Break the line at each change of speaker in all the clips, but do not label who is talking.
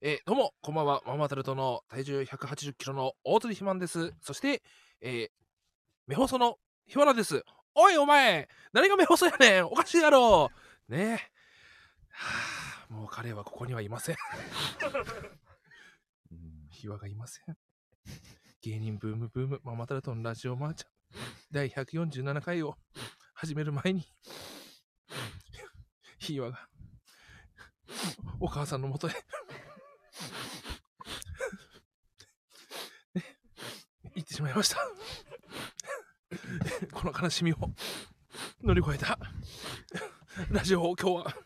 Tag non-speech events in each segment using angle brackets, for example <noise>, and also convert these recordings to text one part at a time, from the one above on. えーどうも、こんばんは。ママタルトの体重180キロの大鳥ひまんです。そして、えー、目細のひわなです。おい、お前何が目細やねんおかしいやろねえ。はあ、もう彼はここにはいません。ひわがいません。芸人ブームブーム、ママタルトのラジオマーちゃん。第147回を始める前に、ひわが、お母さんのもとへ行ってしまいました。 <laughs> この悲しみを乗り越えた <laughs> ラジオを今日は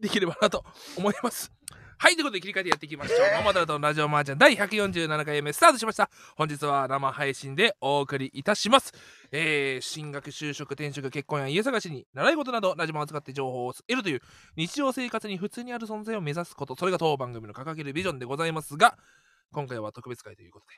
できればなと思います。はい、ということで切り替えてやっていきましょう。ママタルトのラジオマージャン第147回目スタートしました。本日は生配信でお送りいたします。えー進学、就職、転職、結婚や家探しに習い事などラジマを使って情報を得るという日常生活に普通にある存在を目指すこと、それが当番組の掲げるビジョンでございますが、今回は特別会ということで、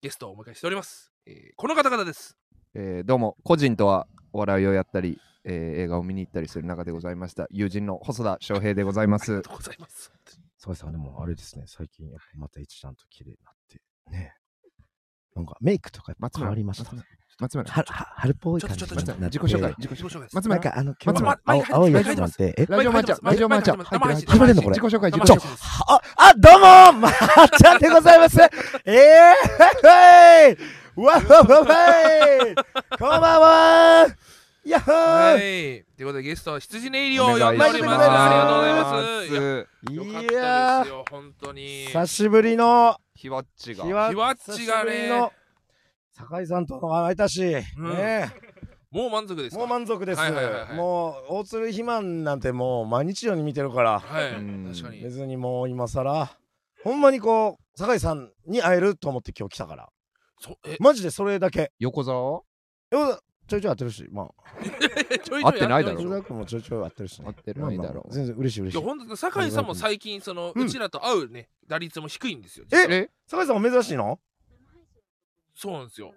ゲストをお迎えしております。えーこの方々です。
えーどうも個人とはお笑いをやったり、えー映画を見に行ったりする中でございました友人の細田翔平でございま
ありが
す
とうございます。本当に
サバイさん、でもあれですね、最近やっぱまた一段と綺麗になって、ね。なんかメイクとかやっぱ変わりましたね。
松村
はは春っぽい感じ
ちょっとちょっとちょっと
なって
自己紹
え
介
ー
自己
自己紹介です。
松
な
村
んかあの、今
松
日
村
は
前
青
入って
青いや
入って
つな
ま
ん
す
て、え、
ラジオマーちゃんラジオマーちゃん
生配信
入ってる
生配信
自己紹介自己
生配
紹介
信です
はあ、どうもまーちゃんでございますえ
<laughs>
ー、わっわっわっわいこんばんはやっほ
はい。
ー
ということでゲストは羊ネイリを呼んでおります。あり
お願いします
がとうございます。いやよかっ
い
た
や
ですよ、本当に
ー、。久しぶりの、
ひわっちが
ひわ
ひわっちがね
久しぶりの酒井さんとも会えたし、
ん
ね
もう満足ですか
もう満足です、
はいはいはいはい
もう大鶴肥満なんてもう毎日のように見てるから
はい、
うん
確かに。
別にもう今更ほんまにこう酒井さんに会えると思って今日来たから
そえ、
マジでそれだけ
横澤
よちょいちょい会ってるしまあ
ちょいちょや
合ってないだろ
鶴
い
田君もちょいちょい会ってるしね
会ってないだろう
まあまあ全然嬉しい嬉
や、
しい
本当に酒井さんも最近、その、う
うん
ちらと会うね、打率も低いんですよ。
え
え
酒井さんも珍しいの
そうなんですよ。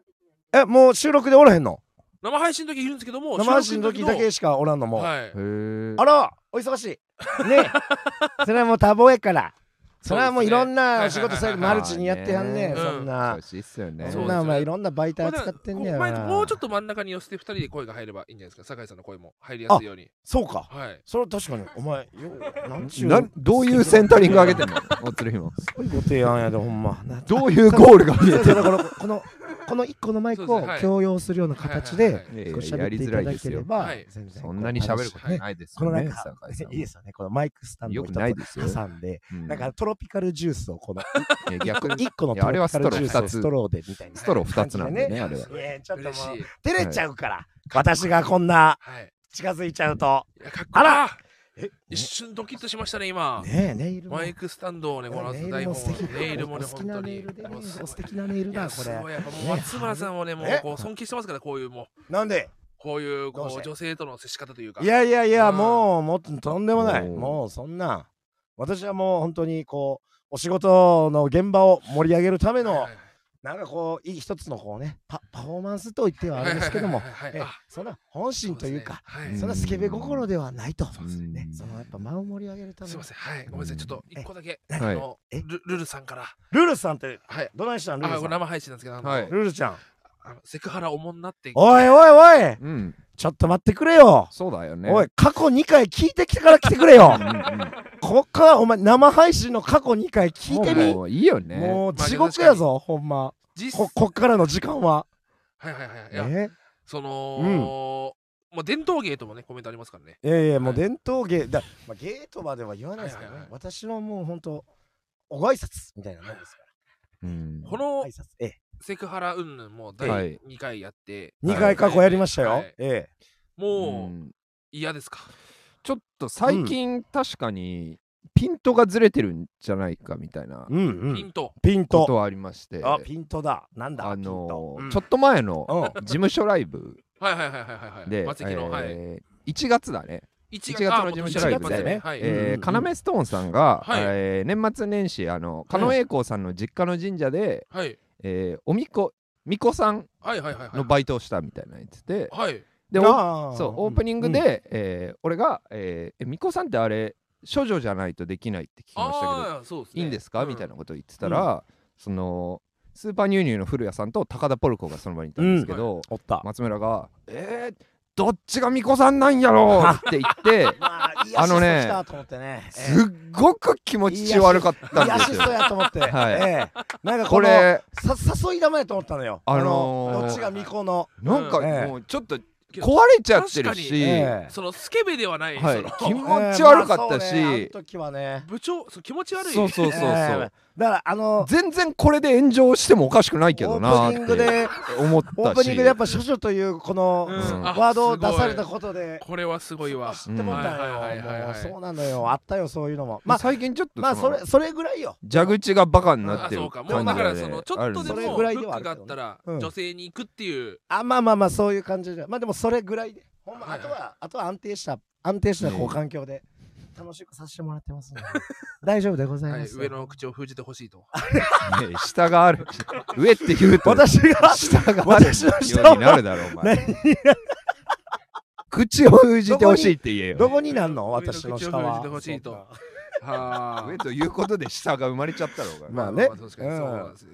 えもう収録でおらへんの
生配信の時いるんですけども、
生配信の時だけしかおらんのもう、
はい
へ。ー
あらお忙しいね
<laughs>
えそれはもう多忙やからそれはもういろん
は
ないお仕事されて
はい
マルチにやってはんね
うん
んそんな
忙しいっすよね
そう
そん
です
な
よ
お前いろんな媒
ま
体
あだか
使
ら
ってんねや
こう前もうちょっ
と
と真ん中に寄せて2人で声が入ればいいんじゃないですか酒井さんの声も入りやすいように
そうか
はい
それは確かにお前ようなんちゅう
などういうセンタリング上げて
<laughs>
んのおつるひも
すごいご提案やでほんまな
どういうゴールが見えて
だ <laughs>
る
からこのこの一個のマイク
そうです
を
ねはい
強要するような形
はいはいは
で
い
いやい
こ
や
う
や
喋っ
り
てい
づ
た
らい
だ
で
け
す
れ
よ
ば
はい
全然
そんなに喋ること
ね
ないです
この
よ
なん
ね
か
酒井さん
いいですよねこのマイクスタンド
よ
を
く
一
ないですよ
つ挟んで
うん
なんかトロピカルジュースを
<laughs>
この
いや逆に
一個の
い
ト
やあれ
ロ
は
ピカ
スト
ル
ロ
ジ
ー
ュースを
2つ
ストローでみたいな
ストロー2つなんでねあれは
ねちょっともう
嬉しい
照れちゃうから私がこんな
はい
近づいちゃうと
いやかっこいい
あら
あ
え
一瞬ドキッとしましたね今
ねえネイルも
マイクスタンドをねこの
ネイ
台
ルも
本
素敵
ネイルもね
お好
本
きな
当
ネイ
に
ルでね
もうす
お
ごい
素敵なネイル
いや
だこ
す
れ
ごいやっぱもう
ね
松村さんをねもう
え
こう尊敬してますからこういうもう
なんで
こういう
どうし
こう
て
女性との接し方というか
いやいやいや、
うん
もうもっととんでもない
もう
もうそんな私はもう本当にこうお仕事の現場を盛り上げるた
は
め
い
の
はいはい
なんかこういい一つのこうねパパフォーマンスと言ってはあれですけども
はいはいはい
え
はいあ
そんな本心というか
そです
う
ね
ん
そんなスケベ心ではないと
そうですね
ねそのやっぱ間を盛り上げるた
はい
め
すいませ
に
んはいごめんなさいちょっと一個だけあ
はい
の
え
ルルルさんから
ルルさんって
はい
どないしたんル
あ
ル
これ
さん
生配信なんですけどあの
はい
ルルちゃん
あのセクハラおもんなって
おいおいおい
うん
ちょっと待ってくれよ
そうだよね
おい過去2回聞いてきてから来てくれよ
うんうん
こっからお前生配信の過去2回聞いてみ
もういいよね
もう地獄やぞ、ほんま。
実
こ、こっからの時間は。
はいはいはいはいいや
え
その、まあ伝統芸ともねコメントありますからね
いやいや、もう
はい
伝統芸、だ、まあ、ゲートまでは言わないですけど
はい
ね
はい。はい
私のもう本当、おご挨拶みたいなもんですか
うん
この
ら。挨拶。ええ。
セクハラ云々も
は
第
い
2回やって、
2回過去やりました
は
よ
い。
ええ。
も
う
うん嫌ですか
ちょっと最近確かにピントがずれてるんじゃないかみたいな
うんう
ピ
ん。
ント
ピン
こと
ト。
はありまして、
あ、ピントだ。なんだ
あ
ピント
の
うん
ちょっと前の
うん
事務所ライブ
はいはいはいはいはいはい
で、
松木の、はい
えー1月だね、
1
1月の事務所ライブ
だね
でね、
はい、
うんうん
え
うん
ー、要、ストーンさんが、
はい
えー年末年始あの狩野英孝さんの実家の神社で、
はい
えーおみこみこさん
はいはいはいはい
のバイトをしたみたいな言ってて、
はい
でお
あー
そうオープニングで、えー俺が、えーえ「みこさんってあれ処女じゃないとできないって聞きましたけど
ああそうです、ね、
いいんですか、みたいな
うん
ことを言ってたら、そのスーパーニューニューの古谷さんと高田ポルコがその場にいたんですけど、
おった。
松村が「えー、どっちが巫女さんなんやろ!」って言
<laughs>
って
まあ、いい
あ
アシ
の
スト
ね
来たと思ってね。
すっごく気持ち悪かった
いい
ん
ア
です
シスト
よ。
やと思って。
はい
ええなんかこ
こ
の
れ
さ誘い玉やと思ったのよ。
あのー
どっちが巫女の。
なんか
うん
もうちょっと壊れちゃって
確
る
かに
し、
ええ
そのスケベではない、
はい
その
気持ち悪かったし
ええまあそうねあの時はね。
部長そう気持ち悪い
そうそうそうそう、
ええだからあの
全然これで炎上してもおかしくないけどな
オープニング
って
で
思っ
オー
た
プニングでやっ
し。
ぱ処女というこの
うん
ワードを
あ
出
すごい
されたことで
これはすごいわ
知ってもらった
うんはいはいはいはい
よも
は
う
い
そうなのよあったよそういうのも
ま
ま
あ、
あ
最近ちょっと
まあ
そ
そ
の
れそれぐらいよ
蛇口がバカにな
あ
って
そ
る
うか
感じ
もうだからそのちょっとで
あ
も
るん
ブ
で
それぐらいで
ッ
はあ
ク
る
があ
けど
っ
ね
たら
うん
女性に行くっていう
あまあまあまあそういう感じでまあでもそれぐらいでほんまあとはあとは安定した安定したこう環境で楽しくさせてもらってます
<laughs>
ので大丈夫でござい
は
ま
い
す
上の口を封じてほしい
<laughs>
と
ねえ下がある上って言うと
私
<laughs>
が
下がある
私の
よ
下
うにな
は
るだろお前
何
口を封じてほしいって言え
ど
よ
こになんの
上の
私の下
口
は
を封じてほしいと
そうか
は
上ということで下が生まれちゃったろうが
まあね
確かにそうなんです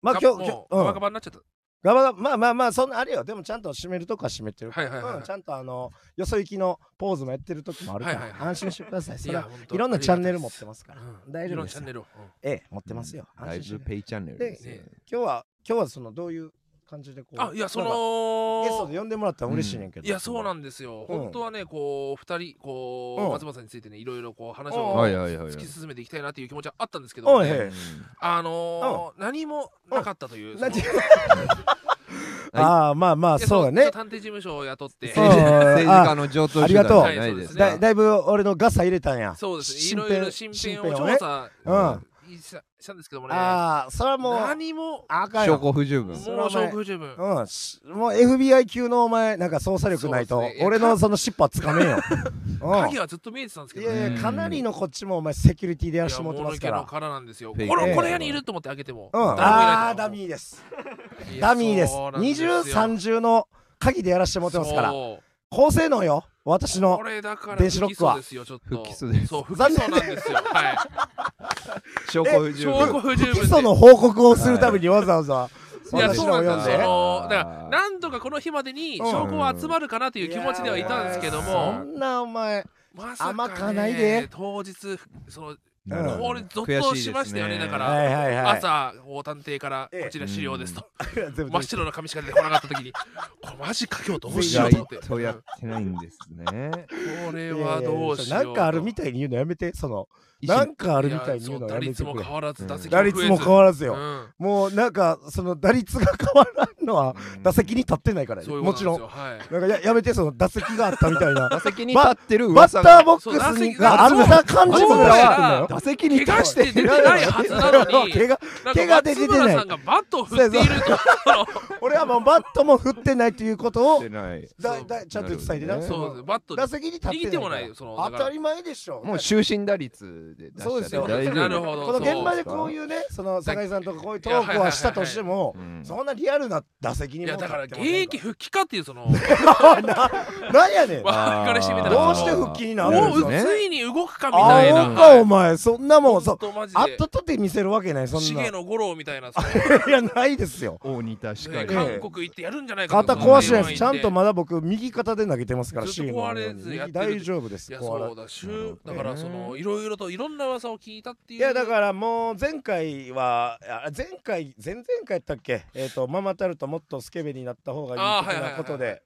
まあ今日
もう
今日う
ガ
ん
バガバになっちゃった
ガバガバまあまあまあそんなあれよでもちゃんと締めるとこは締めてるから、
はいはいはいはい
うんちゃんとあのよそ行きのポーズもやってる時もあるから、
はいはいはい
安心してくださいそれは
本当
いろんなチャンネル持ってますか
あ
ら
りがたいですうん
大丈夫
いろんな
です
チャンネルをうん
ええ持ってますよ、
だい
安心
ぶ
して
ペイチャンネルですよね
ね
今日は今日はそのどういう感じでこう
あいやそ
なんかゲスト
の
で呼んでもらったら嬉しいねんけど、
いやそうなんですよ、
うん
本当はねこう2人こう、
うん
松本さんについてねいろいろこう話
うん
を
はいはいはいはい
突き進めていきたいなっていう気持ちはあったんですけ
お
ど、
いへい
あのー何もなかったという、
なんて
その
ああまあまあ
いや
そうだ
ちょ
ね
っと探偵事務所を雇って
そう
政治政治家の上等手段じゃないです
あ
か
だだいぶ俺のガサ入れたんや
そうです
身
ねい
辺
ろいろ身辺を
身辺
調
をね
査
うん
したしたんですけどもね
ああそれはもう
何も
あかん
証
よ
拠不十
も
分
う
それはお前
証拠十分
うん、しもう FBI 級のお前なんか捜査力ないと、
そうですね
俺のその尻尾つかめんよ、うん
鍵はずっと見えてたんですけ
い
どね
やい
うん
やかなりのこっちもお前セキュリティでやらしてもらってますか
いや
ら
物件の殻なんですよこ
フ
れ
ェイク
こ
ええ
の部屋にいると思って開けても、
う
誰も
ん、
いな
あ
い
ーダ
ー
ミーです
いや
ダミーです
そうなん
二
すよ
重三重の鍵でやらしてもらってますから
そう
高性能よ私
こ
の
れだから
電子ロックは
不起訴ですよちょっと
不起訴です
そう不起訴なんですよはい
証拠不十
証
分
拠不十
基
分で
礎の報告をするためにわざわざ
いや
私
そう
の
な
を
ん
読
で
ん
すよ
で
そのだ
あー
から何度かこの日までに証拠は集まるかなという気持ちではいたんですけど
いや
も
そんなお前
まさ
甘
か
か
ね
ないで
当日その
なるほど
これゾッとしましたよね
悔しいです
だ
ね
か
は
ら
いはいはい
朝大探偵からこちら資料ですと
全部
真っ白な紙しか出てこなかった時
<laughs>
にこれマジか今日どう
意
しようと思
外
って
とやってないんですね
これはどうしよう
なんかあるみ
た
たいに言うのやめてその <laughs> なんかあ
あ
るみたいに言うのや
打
め
率
て
も
くれ
変わらず打席
打率も変わらずよ、
うん
もうなんかその打率が変わらんのは打席に立ってないからね、
そういう
も
こと
ち
な
ろ
ん
ん
ですよはい
なんかややめてその打席があったみた
<laughs>
いな
打席に立
立
ってる
バッ
噂
ター
が
ボックスに
そう打席
があった感じも出してくんだ
あ
よ
そう
打席
怪
に立
我
っ
して出てないはずなのに
<laughs> 怪我
なん
手が出て
松
出ない
村さんがバットを振っていると
俺はもうバットも振ってないということを
てない
だ
そう
だちゃんと伝えて
な
な
るほ
そ
ど
うですバット
打席に立ってないから
握ってもないよそのだから
当たり前でしょ
もう終身打率で出しちゃ
そう
っ
です
て
よ
大丈夫
なるほど
この現場で
そう
こういうねその酒井さんとかこういうトークはしたとしても
うん
そんなリアルな打席に
い
も
や
立
だ
って
から
ま
現
せん
役復帰かっていうそ
<laughs>
の
なんやね
<laughs>
ん
わ
あー
からしてみたら
どうして復帰になる
も
ん
そううですね
ついに動くかみ
あ
たいな
おかお前そんなもん
ほ
そ
んとマジで
あったとて見せるわけないそんな
重
い
野五郎みたいなその
やないですよ
大仁田しか
ね
り
ええ
韓国行ってやるんじゃないか
肩
と
壊してないですちゃんと
い
まだ僕右肩で投げてますから
ずっと
C のあるように
壊れずやって
右
る
大丈夫です
や
壊
そう
れ
だし
なる
だからそのいろいろといろんな噂を聞いたっていうい
いやだからもう前回はあ前回前々回やったっけえっとママタルトもっとスケベになった方がい
あー
い
はいは
的
い
な
はい
ことで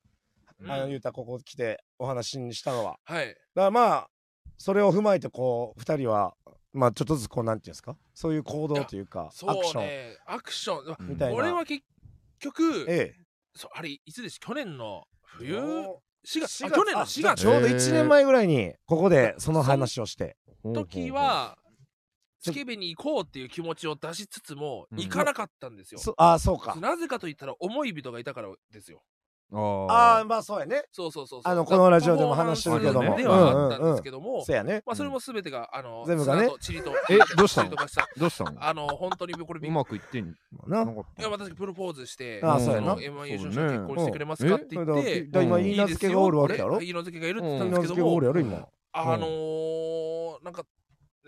うん
あのゆうたここ来てお話にしたのは
はい
だからまあそれを踏まえてこう二人はまあちょっとずつこうなんていうんですかそういう行動というかアク
そ
シ
う
ョン
ねアクション
みたいな
俺は結局
え
そうあれいつでし去年の
え
冬4月
4
あ
月
去年
あ
の4月
ちょうど1年前ぐらいにここでその話をして
の時はスケベに行こうっていう気持ちを出しつつも
うん
行かなかったんですよ
そああそうか
なぜかと言ったら思い人がいたからですよ
あ
あ
あまあそうやね
そうそうそうそう
あのこのラジオでも話してるけど
パ
も
フォーマンスではあったんですけども、
そうやね
まあ、それもすべてが、あの、
全部がね
砂とチリと、
えどうしたの
チリとかした
どうしたの
あの、本当にこれび
う
っく
まくいってんの
な
なんか
り、いや、私プロポーズして、
あ
そ
そうやな
の M1 優勝者に結婚してくれますかって言っ
そう
て、
だから今
うん
言い名付けがおるわけやろ
俺はい言い名付けがいるって言っ
言
た
い
ん
名
ですけ
付け
ど
がお
も
る、やろ今
あのー、なんか、ね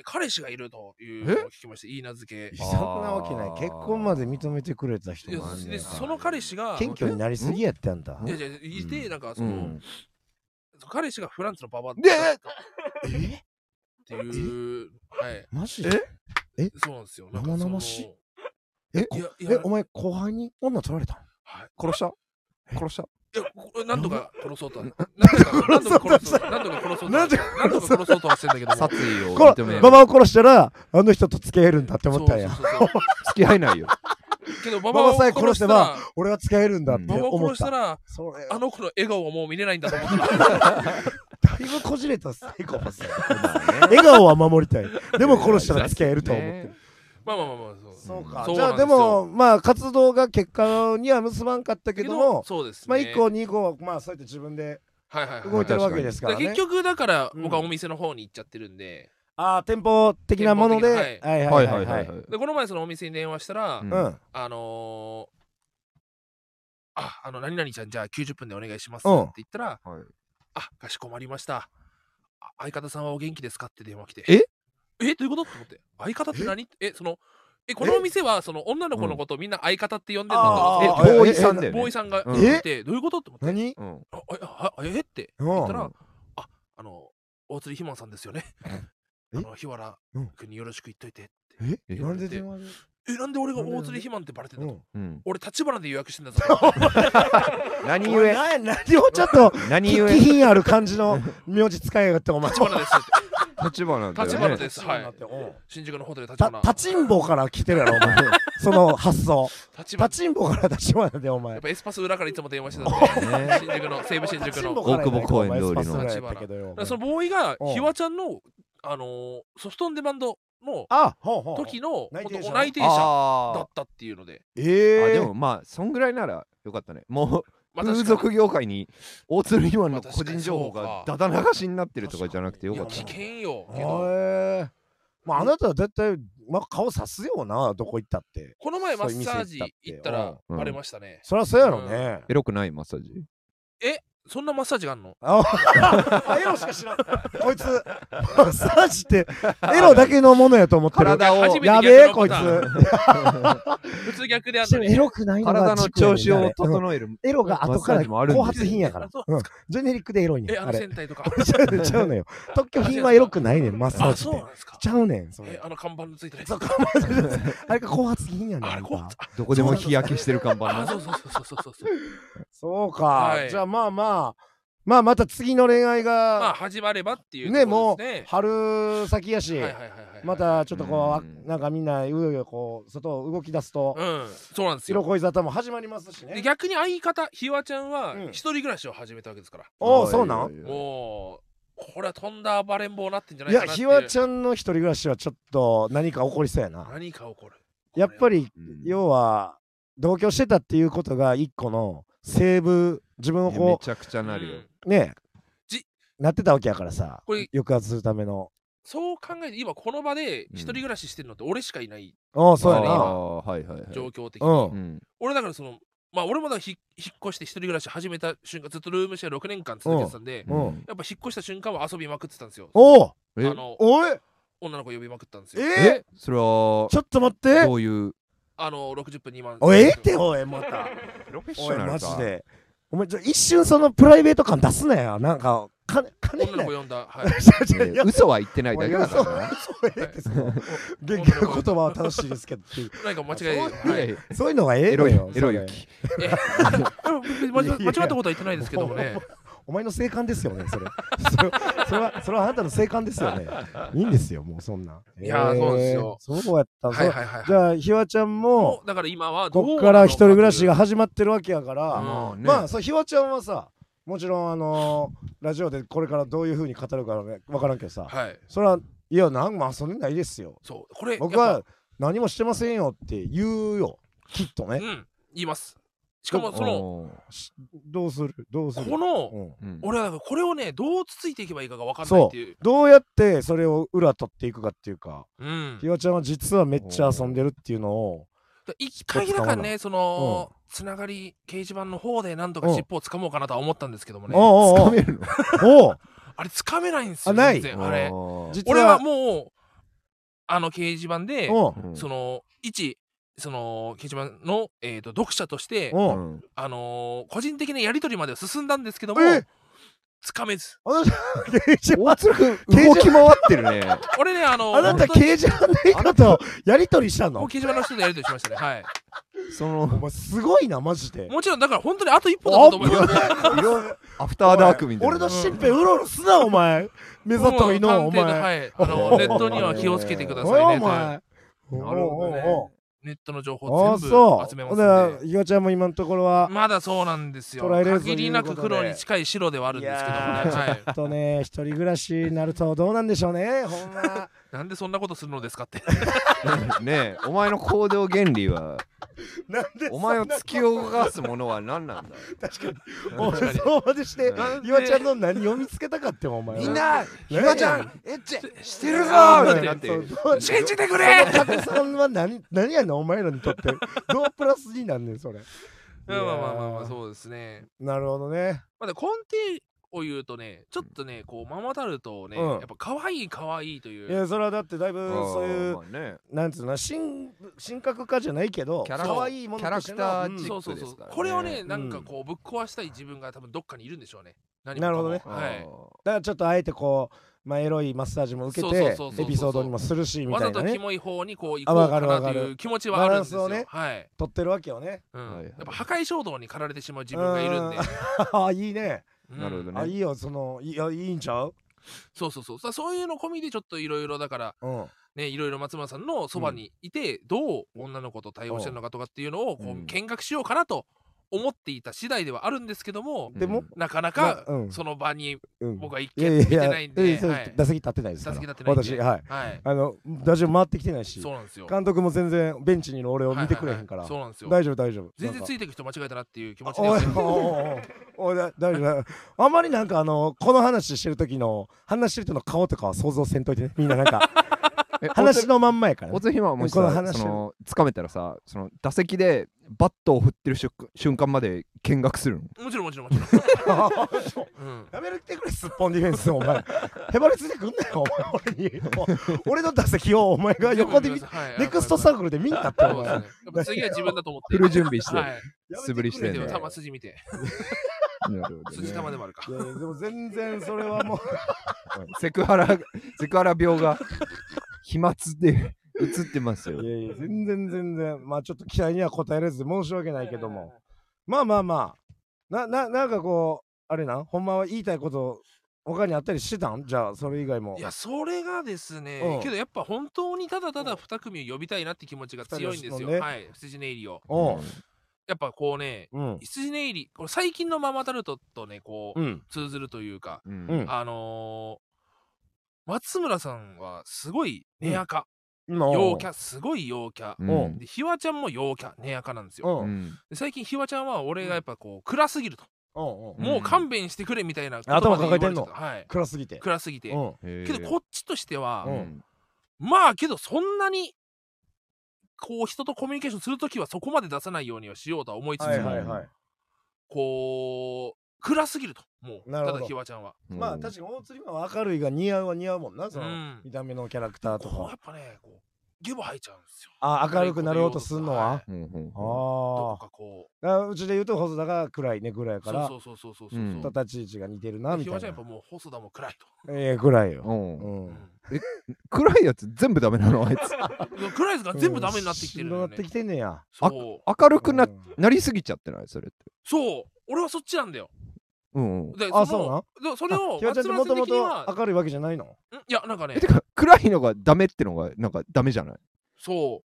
彼氏がいるというのを聞きまして、いい名付け。
遺作なわけない
あー
結婚まで認めてくれた人
いや
もあんね
で
ん
その彼氏が、い
謙虚になりすぎやってあんた
やいやいて、なんか、そ
うん
の、彼氏がフランツのババア
で
え
っていう、はい。
マジ
え
そうなんですよ。なんかその
生々しいえこ
いや、いや
え、お前後輩に女取られたん
はい
殺した殺した
いや、これなんとか殺そうとは。なんとか
<laughs>
殺そうとは。なんとか殺そうとは。
なんと
なんとか殺そうとはしてんだけども。
殺意を
こ
認め
う
る
ん
ババを殺したらあの人と付き合えるんだって
そう
思ったんや
そうそうそう
付き合えない
<laughs>
よ
けど、バ
バ
バ
バさえ殺せば俺は付き合えるんだっ
う
て
ん
ババを
思っ
殺した
た
ら、
それ
あの子の笑顔はもう見れないんだと思
<laughs>
ったら。
だいぶこじれ
<laughs>
たサイコパスや笑顔は守りたいでも殺したら付き合えるとは思ってる
ね
まあまあまあまあ、そう。
そうか
そう
じゃ
なん
あ
です
で
よ
もまあ活動が結果には結ばんかったけども
そうです、ね。
まあ1個2個はまあそうやって自分で
はいはいはい、
動いてるわけです
だ
か
から
ら
結
ね
局だから
うん
僕はお店の方に行っちゃってるんで,、
ああ店舗的なもので
店舗的
はい
はいはいはいはい
でこの前そのお店に電話したら、
うん
うん
あのーああの何々ちゃんじゃあ90分でお願いします」っ
うん
て言ったら「
はい
あかしこまりましたあ相方さんはお元気ですか?」って電話来て
え
えどういうこと?」と思って「相方って何?」えそのえこのお店はその女の子のことをみんな相方って呼んでるのと
あ
思
え
って、
ボーイ
ー
さんだ
え
よね
ボーイさんが
うん
言って「どういうこと?」と思って
何
うん
あああえって
うん
言ったら、あ、あの、大釣りひまんさんですよね。
え
あの、日原
うん
君によろしく言っといて。
えなんで電話で
え、なんで俺が大釣りひまんってバレてんだ
う
と。
ん
うん
俺、立花で予約してんだぞ。
何
お
故
前な何をちょっと
何
気
故
品ある感じの名字使いやがってお前
立花ですって。
立場なんだよね
立花です。は
立花
い
っ。てうん
新宿のホテル立
た
花。
立ちんぼから来てるやろお前その発想
立
立
花。
ちんぼから立ちまでお前
やっぱエスパス裏からいつも電話してた
<laughs>
んで、
ね
新宿の、西武新宿の。だか
大久保公園通りの
らそ
の
のボーイが
う、ん
ひわちゃんの、あのー、ソフトオンデマンドの
あほうほう
時の、
内定
ほ
者
んと内定者だ
あ
ったっていうので。
え
ーあで
ー
もまあそんぐらいならよかったねもう
まあ
風
確か
俗業界に大鶴ひまん
まあ
の
確か
個
に
人情報
そ
が
うか
だだ流しになってるとかじゃなくてよ
に。い
か
や、
っ
危
た
険よ。けど
えーまああなたは絶対まあ顔さすよなどこ行ったって
この前マ
そういう
ッ
店
サー
行ったって
ジ行ったら
うん
バレましたね。
そりゃそうやろね
エロくないマッサージ
そんなマッサージがあんの
ああエロしか知らん <laughs> こいつマッサージってエロだけのものやと思ってる
体を
初めて
や
逆
べえ
のパ
こいつ
ターン
<laughs>
普通逆であん
して
の <laughs>
も
に。
エロくないのが
体の調子を
軸やねんあれ
整え
<laughs>
る
エロが後か
マッ
ら
サージもあるん
後
ですよ
発品やから
あそう。
うんジェネリックでエロいね
え、
ん。
あ
あ
の
れ。
戦隊とか。
ちゃうちゃう
<laughs>
のよ。特許品はエロくないねん、マッサー
あ、
ジ
そ
っ
う
て
なん。ですか。
ちゃうねん、そ
え
れ、。
あの看板のついてるやつ。
そこまでですあれが後発品やねん。
あ
あ
れ、
ん
こう
た。
どこでも日焼けしてる看板
<laughs>
あ、
な
そうそうそうそうそうそう。
そうか
はい。
じゃあまあまあ、まあまた次の恋愛
まあ、
が、
始まればっていう。
ね、もう
ね。
春先やし
はい、はいはいはい。
ま。たちょっとこ
うん
う、なんかみんな、いよいよこう、外を動き出すと
う、ん、そうなんです
色
よ。
恋沙汰も始まりますし
で
ね。
逆に相方、ひわちゃんは
うん
一人暮らしを始めたわけですから。
おお、そうなん
もう、これはとんだ暴れん坊になってんじゃないいか
や、
なっていう。
ひわちゃんの一人暮らしはちょっと何か起こりそうやな。
何か起こる。
やっぱ
り。
り要は同居してたっていうことが一個のセーブ自分を
いやめ
こ
ちゃくちゃなるよ
うん
うね
じ
なってたわけやからさ
これ
抑圧するための
そう考えて、今この場で一人暮らししてるのって俺しかいない
おおそうや
あー
な
はいはいはい
状況的に、
うん
うん
俺だからそのまあ俺もだからひ引っ越して一人暮らし始めた瞬間ずっとルームシェア6年間続けてたんで、
うん
うん
やっぱ引っ越した瞬間は遊びまくってたんですよ
おお
あ
え
の
おい
女の子呼びまくったんです
え
よ
ー
えそれは
ちょっと待って
どういう
あの60分2万
おいええっておいまた
プロフェッシ
おい
ョナルか
マジでお前ちょ一瞬そのプライベート感出すなよなんか金金
女
な
の
い
子
<laughs>
呼んだはい
いやいや嘘は言ってないだけだからな
そうええってその元気の言葉は楽しいですけどって <laughs> いう
何か間違いない
い
は
や
い
いや
そういうのがええ
エロ
の
い
よ
エロい
それ
雪
え <laughs> でも間違間違ったことは言ってないですけどもね
お前の性感ですよね、それ。それそれは、それはあなたの性感ですよね。いいんですよ、もうそんな。
いやーそうなんですよ
えー。そうやった
はい
そう
はいはい
じゃあ、ひわちゃん
も
も、
うだから今はどう
こっから一人暮らしが
な
始まってるわけやから、
まあね
まあ、そう、ひわちゃんはさ、もちろん、あのーラジオでこれからどういうふうに語るかねわからんけど
の
さ、
かはい
それは、いや、なんも遊んでないですよ。
そうこれや
僕
っ
は何もしてませんよって言うよ、きっと
ぱ
ね
う。ん言いますしかもその
おー
しどうするどうする
この
うん
うん
俺はだからこれをねどうつついていけばいいかが分かんないっ
そ
ていう
う、どうやってそれを裏取っていくかっていうか。
うん
ひわちゃんは実はめっちゃ遊んでるっていうのを
だ一回だからねそのつながり掲示板の方でなんとか尻尾をつかもうかなとは思ったんですけどもね
おうおうお
掴
う
めるの
おう
あれつかめないんですよ
あない
全然あれ
おー
実
俺はもうあの掲示板で
お
うん
その一その掲示板の、えー、と読者として
う、おう
うん
あのー個人的なやり取りまでは進んだんですけども
え
つかめず
あの掲示板
大鶴くん動き回ってるね。
俺ねあの
あな
本
た
当に
刑事犯の方とやり取りした
もう
の
掲示板の人とやり取りしましたねはい
<laughs> そ
お
の
前すごいなマジで
もちろんだから本当にあと一歩だったと思います
いろいろ
アフターダークみたいな。
俺の身辺うろうろすなお前目ざといの
も
お
う探偵の
前
はいあのネットには気をつけてくだ
おい
さい
お
ね
前
おい
お
なるほ
うお
どね
うおう
ネットの情
あ
報
あ
全部
そう
集めま
ほん
す
で
んで
いがちゃんも今のところは
まだそうなんですよ
捉えれずということで
限りなく黒に近い白ではあるんですけどもね
いやー
はい
ちょっとね一人暮らしになるとどうなんでしょうねほんま
なんでそんなことするのですかって
<laughs>
<laughs> ねえ、お前の行動原理 <laughs> は、
なんで
お前を突き動
が
かすものは何なんだ確かに
お前そうまでして
なん
で
いわちゃん
<laughs>
の何を見つけたかってもお前は
みんな、ひまちゃん、エッチしてるぞ
あ
そ
ー
う
ってなって
そう
る。
どう
信じてくれ
タケさんは何何やねんお前らにとってどうプラスになんねんそれ
まあまあまあまあまあそうですね
なるほどね
まあで根底を言うとねちょっとねこうママタルトをね、
う
や
ん
っぱ可愛い可愛いという
いやそれはだってだいぶそういう
あーまあね
なんつうのな神神格化じゃないけど
キャラク
可愛いものとしての
キャラクターチック
そうそうそ
で
う
すからね
これをね
ん
なんかこうぶっ壊したい自分が多分どっかにいるんでしょうね何も
なるほどね
かもはい
だからちょっとあえてこう、まあ、エロいマッサージも受け
そう
て
そうそうそうそう
エピソードにもするしみ
わ
た
ざ
いな
と
ね
キモい方にこう行
あ
こう
わ
か
かる
なと
わか
いう
る
気持ちはあるんですよ、
バランスをね
はい、
撮ってるわけよ
<laughs>
ね
うん
はいはい
やっぱ破壊衝動に駆られてしまう自分がいるんで、
あいいね
うん
なるほどね
あいいよそのいやいいんちゃう
そうそうそうさそういうの込みでちょっといろいろだから
うん
ねいろいろ松村さんのそばにいて、どう女の子と対応してるのかとかっていうのをこ
う
うん見学しようかなと思っていた次第ではあるんですけども、
でも
なかなか
なうん
その場に
うん
僕は一
いや
見見
いやい
て
や
ないんで、
そう
はい
打席立ってないですか
打
ら
席立ってないんで
私はい
はい
あの打順回ってきてないし
そうなんですよ
監督も全然ベンチにいる俺を見てくれへんから、
はいはいはいそうなんですよ
大丈夫大丈夫
全然
なん
つ
か
いていく人間違えたなっていう気持ちで
おいおいおいおいおいだ大丈夫だあんまりなんかあのこの話してる時の話してる人の顔とかは想像せんといてねみんなな
<laughs>
んか話
の。
のまんまやからね、
おつひまはもし
この
さ、
話
その、つかめたらさ、その、打席でバットを振ってる瞬瞬間まで見
<laughs>
学するの
もちろんもちろんもちろん、
<laughs>
うん、
やめるってくれすっぽんディフェンスお前 <laughs> へばりついてくんなよお前俺にお俺の打席をお前が横で見
全部見ますはい
ネクストサークルで見んかった
そう
お
ですねやっぱ次
前
は自分だと思って
フル準備して
はい
素振りして
で
ん
も
の
球筋見て
なるほどね
筋玉でもあるか
いやいやでも全然それはもう
セクハラ、セクハラ病が、飛沫で映ってますよ
い。やいや、全然全然。まあちょっと期待には応えれず申し訳ないけども。まあまあまあ。な、な、なんかこう、あれな、ほんまは言いたいこと、他にあったりしてたんじゃあ、それ以外も。
いやそれがです
う
ね
ん
けどやっぱ本当にただただ2組を呼びたいなって気持ちが強いんです
二人
よ
のね
はい羊ネイリを
おう。
やっぱこうね
うん。
羊ネイリこれ最近のママタルトとねこう
うん。
通ずるというか
うん
うん
あのー松村さんはすごいネアカ
今、
陽キャすごい陽キャ
うん
おう
でひわちゃんも陽キャネアカなんです
う
よ
ん。うん。
ん。
で最近ひわちゃんは俺がやっぱこう暗すぎると
うん。うん
もう勘弁してくれみたいな
頭
言
抱
葉
えて
で言
んの
われちゃったはい
暗すぎて。
暗すぎて
うん。
け
けどこっちとしては、
うん
まあけどそんなにこう人とコミュニケーションするときはそこまで出さないようにはしようとは思いつつも、
はいはいはい。
こう暗すぎるともう
なるほ
た
ど
だひわちゃんは
まあ確かに大釣りは明るいが似合うは似合うもんな、そうの
ん
見た目のキャラクターと
こうや
か。
っぱねこうゲボ吐いちゃうんですよ
あ、明るくなろうとすんの
は
はい
に。うんうん
どこ
あ
かこう
あ。だからうちで言うと、細田が暗いねぐらいやから、
そうそうそうそうそうそう
うん
そう
立ち位置が似てるな、み
ひ
た
わ
い
ちゃんやっぱ
な。
もう細田も暗いと、
ええ、暗いよ。。
うん
うん
暗いやつ全部ダメなのあいつ。
ん、暗いやつが全部ダメになってきてる
うん
のよ
白な
ね
ってきてんねや。
そう
明るくな
うん
なりすぎちゃってないそれって。
そう俺はそっちなんだよ
うんうん。
で
あ
そのでそれを
ひわちゃん
松
って
村
も
さ
と
ん
も
的に
と
は
明るいわけじゃないの
んいやなんかね
えてか暗いのがダメってのがなんかダメじゃない。
そ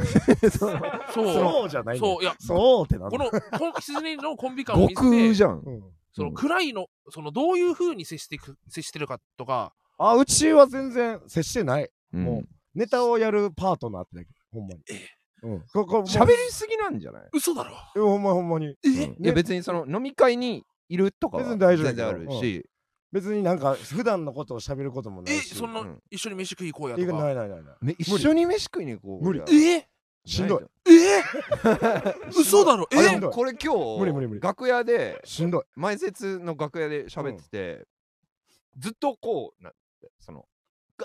う
そう
そう
そうじゃない
そう
の
いや
そうってなん
こ
だ。
のこ <laughs> ん羊のコンビ感を
悟
見
空
せて
じゃん。
うん
そうの
ん
暗いのそのどういう風に接してく接してるかとか
あ、うちは全然接してない。
うん
もうネタをやるパートナーってだけ。ほんまに。うん。ここ、もう
喋りすぎなんじゃない。
嘘だろ
うんほんまほんまに。
うんいや別にその飲み会にいるとかは
別に大丈夫
全然あるし。
別になんか普段のことを喋ることもない
え
し。
そんな
うん
一緒に飯食い行こうや
い
と
くな
か
いないないない。
ね一緒に飯食いに行こう。
無理
俺ら
え
しんどい。
え嘘だろ
あ
え
でもこれ今日
無理無理無理
楽屋で
しんどい。
前説の楽屋で喋ってて、ずっとこうなんてその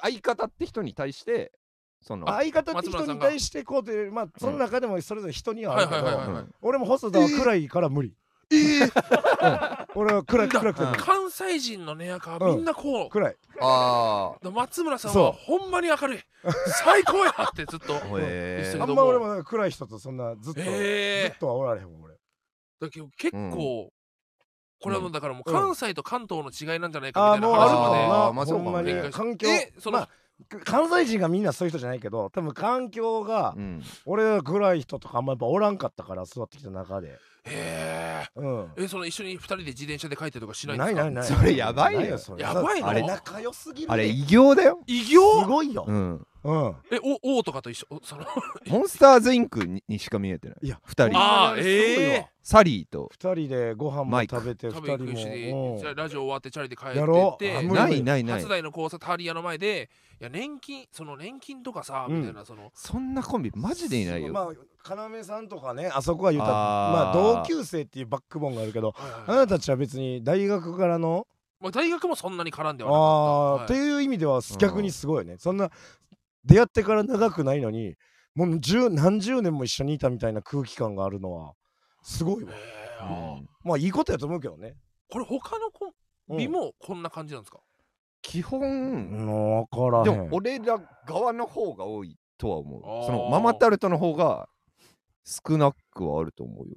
相方って人に対してその
相方って
松村
人
さん
に
が
対してこうというよりまあその中でもそれぞれ人にはあるけ
はいはいはい
ど
はい
俺も細田は暗いから無理
ええ
俺は暗い暗くて無理
関西人のねやか
うん
みんなこう、
暗い
あ
だ松村さん
そ
は
う
ほんまに明るい最高やってずっ
<laughs>
と
あへ
一緒
え
に
あんま俺もなんか暗い人とそんなずっとず
え
っとはおられへんもん俺
えだけど結構、これはもうだからもう
うん
関西と関東の違いなんじゃない
あ
か
あ
みた
も
いうな
ある
話まで
ー
もん
ま
な
あそう
ほ
か
ん
も
まに
ね
環境
えその、
まあ関西人がみんなそういう人じゃないけど多分環境が
うん
俺が暗い人とかあんまやっぱおらんかったから育ってきた中で
へ
うん
ええその一緒に二人で自転車で帰ってとかしないんで
な
す
い
か
そ
ないない
れやばいよ
なそれ
やばいの
あれ仲良すぎる
あれ
す
異形だよ
異形
ごいよ
うん
うん
えお王とかと一緒おその
モンスターズインクににしか見えてない
いや
二人
あー
ほんまにれすごいわ
え
サリーと
二人でご飯も
マイク
食べて二
食べ
人
行くしで
もうん
ラジオ終わってチャリで帰って
や
っ
ろう
て
あ無理
ないないない
初代の交差タリアの前でいや年金その年金とかさ、
うん
みたいなその
そんなコンビマジでいないよ、
まあ要さんとかねあそこは言ったらま
あ
あ
ー
同級生っていうバックボーンがあるけど
はいはいはい
あなたたちは別に大学からの
まあ、大学もそんなに絡んで
あ
はな
あー
か
っ
ってた、はい、
いう意味では逆にすごいよねそんな出会ってから長くないのにもう十何十年も一緒にいたみたいな空気感があるのはすごいわ
へ
う
ーあー
ん
まあいいことやと思うけどね
これ他のコンビ
うん
もこんな感じなんですか、
基本
うん分からへん
でも俺ら側の方が多いとは思
あー
うそのママタルトの方が少なくはあると思うよ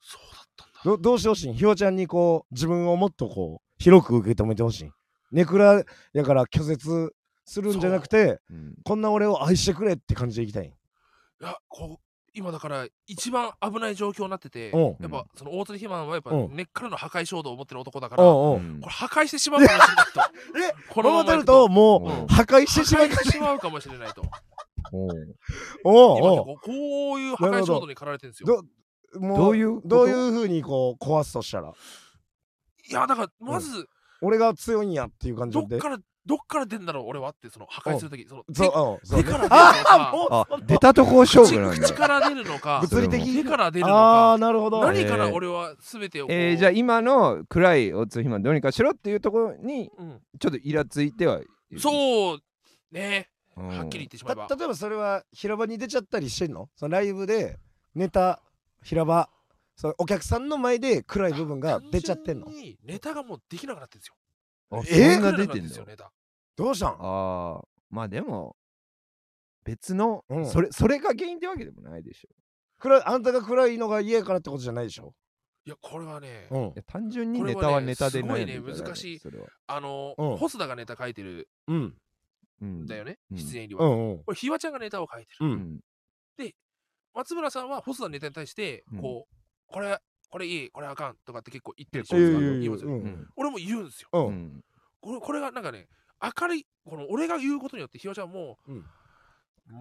そうだったんだ
どどうしてほしいんひよちゃんにこう自分をもっとこう広く受け止めてほしいんネクラやから拒絶するんじゃなくて
うん
こんな俺を愛してくれって感じでいきたいん
いやこう今だから一番危ない状況になってて、
うん
やっぱその大鶴ひまはやっぱ
うん
根っからの破壊衝動を持ってる男だから、こ
おうおう
うん
れ破壊してしまうかもしれないと
<laughs> え
こ
ママ
ま
タ
い
ル
くと
トをも
うん
う破壊してし
破
ま
壊
い
してしまうかもしれないと
うん
<laughs>
お
今
うおう
こうこういう破壊衝動に駆られてるんですよ
ども
どういうこと
どういうふうにこう壊すとしたら
いやだからまず
俺が強いんやっていう感じ
どっ
で
からどっから出んだろう俺はってその破壊するときその手
そううんそう
手から出るの
あ
か
あも
あ出たとこ勝負なん
口口
だ
から出るのか
物理的
手から出るの
ああ
か
ーなるほど
え
何から
えー
俺は全てをこう
えー、じゃあ今の暗いおつひまどうにかしろっていうところに
うん
ちょっとイラついてはいる
そうね
うん、
はっきり言ってしまえば
た例えばそれは平場に出ちゃったりしてんのそのライブでネタ平場そのお客さんの前で暗い部分が出ちゃってんの
単純にネタがもうできなくなってるんですよ
あ
え
そんな出てん
で
だ
すよ
よ
ネタ
どうしたん
ああまあでも別の、
うん
それそれが原因ってわけでもないでしょ
暗いあんたが暗いのが嫌やからってことじゃないでしょ、
いやこれはね
うん
いや単純に
これ
ネ
は
タは
ね
ネタです
ごい
悩ん
ね
でただけ
難しい
それは
あの
うん
ホスダがネタ書いてる
うん、
うん
んだよね
うん
出演料
う
は
んうん
これひわちゃんがネタを書いてる
う
うんん
松村さんはホスダのネタに対して
うん
こうこれこれいいこれあかんとかって結構言ってる
結
人
構
い
言う
ますよ
い
言いますよ
う
やいやいや
ん
俺も言うんですよ
う
うんん
これこれがなんかね明るいこの俺が言うことによってひよちゃんも、
うん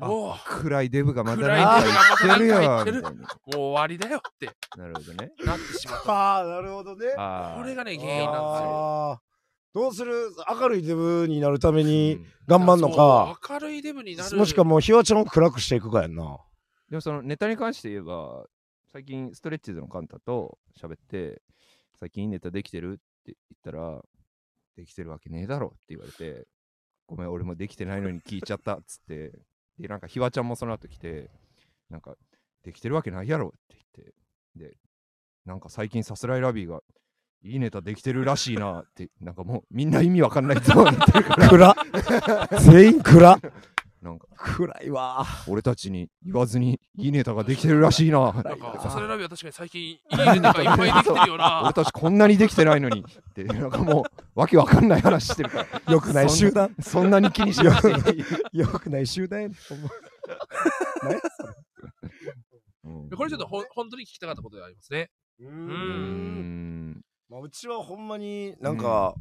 あ
も
暗いデブがまた
暗
い
何か言って
デ
る
ブ
よ
がまた何か言って
みたい
る
な
うもう終わりだよって
なるほどね
なってしまっ
ああなるほどね
た
あ
これがね原因なん
ああどうする明るいデブになるため
に
に <laughs> 頑張んの
ですよ
か、
そう明るいデブになる
もしかもうひわちゃんを暗くしていくかやんな
でもそのネタに関して言えば最近ストレッチーズのカンタと喋って最近いいネタできてるって言ったらできてるわけねえだろって言われてごめん俺もできてないのに聞いちゃったっつってでなんかひわちゃんもその後来てなんかできてるわけないやろって言ってでなんか最近さすらいラビーがいいネタできてるらしいなってなんかもうみんな意味わかんないと思ってるから
暗
<laughs>
全員暗
なんか
暗いわ
俺たちに言わずにいいネタができてるらしい
な
な
んかさすらいラビは確かに最近いいネタがいっぱいできてるよ
俺 <laughs>
<laughs>
な
たちこんなにできてないのにってなんかもうわけわかんない話してるから
よくない集団
そんなに気にし
<laughs>
なくていい、
よくない集団やねほんま
これちょっとほん本当に聞きたかったことでありますね
う
うー
ん
ん
まあ、うちはほんまになんか、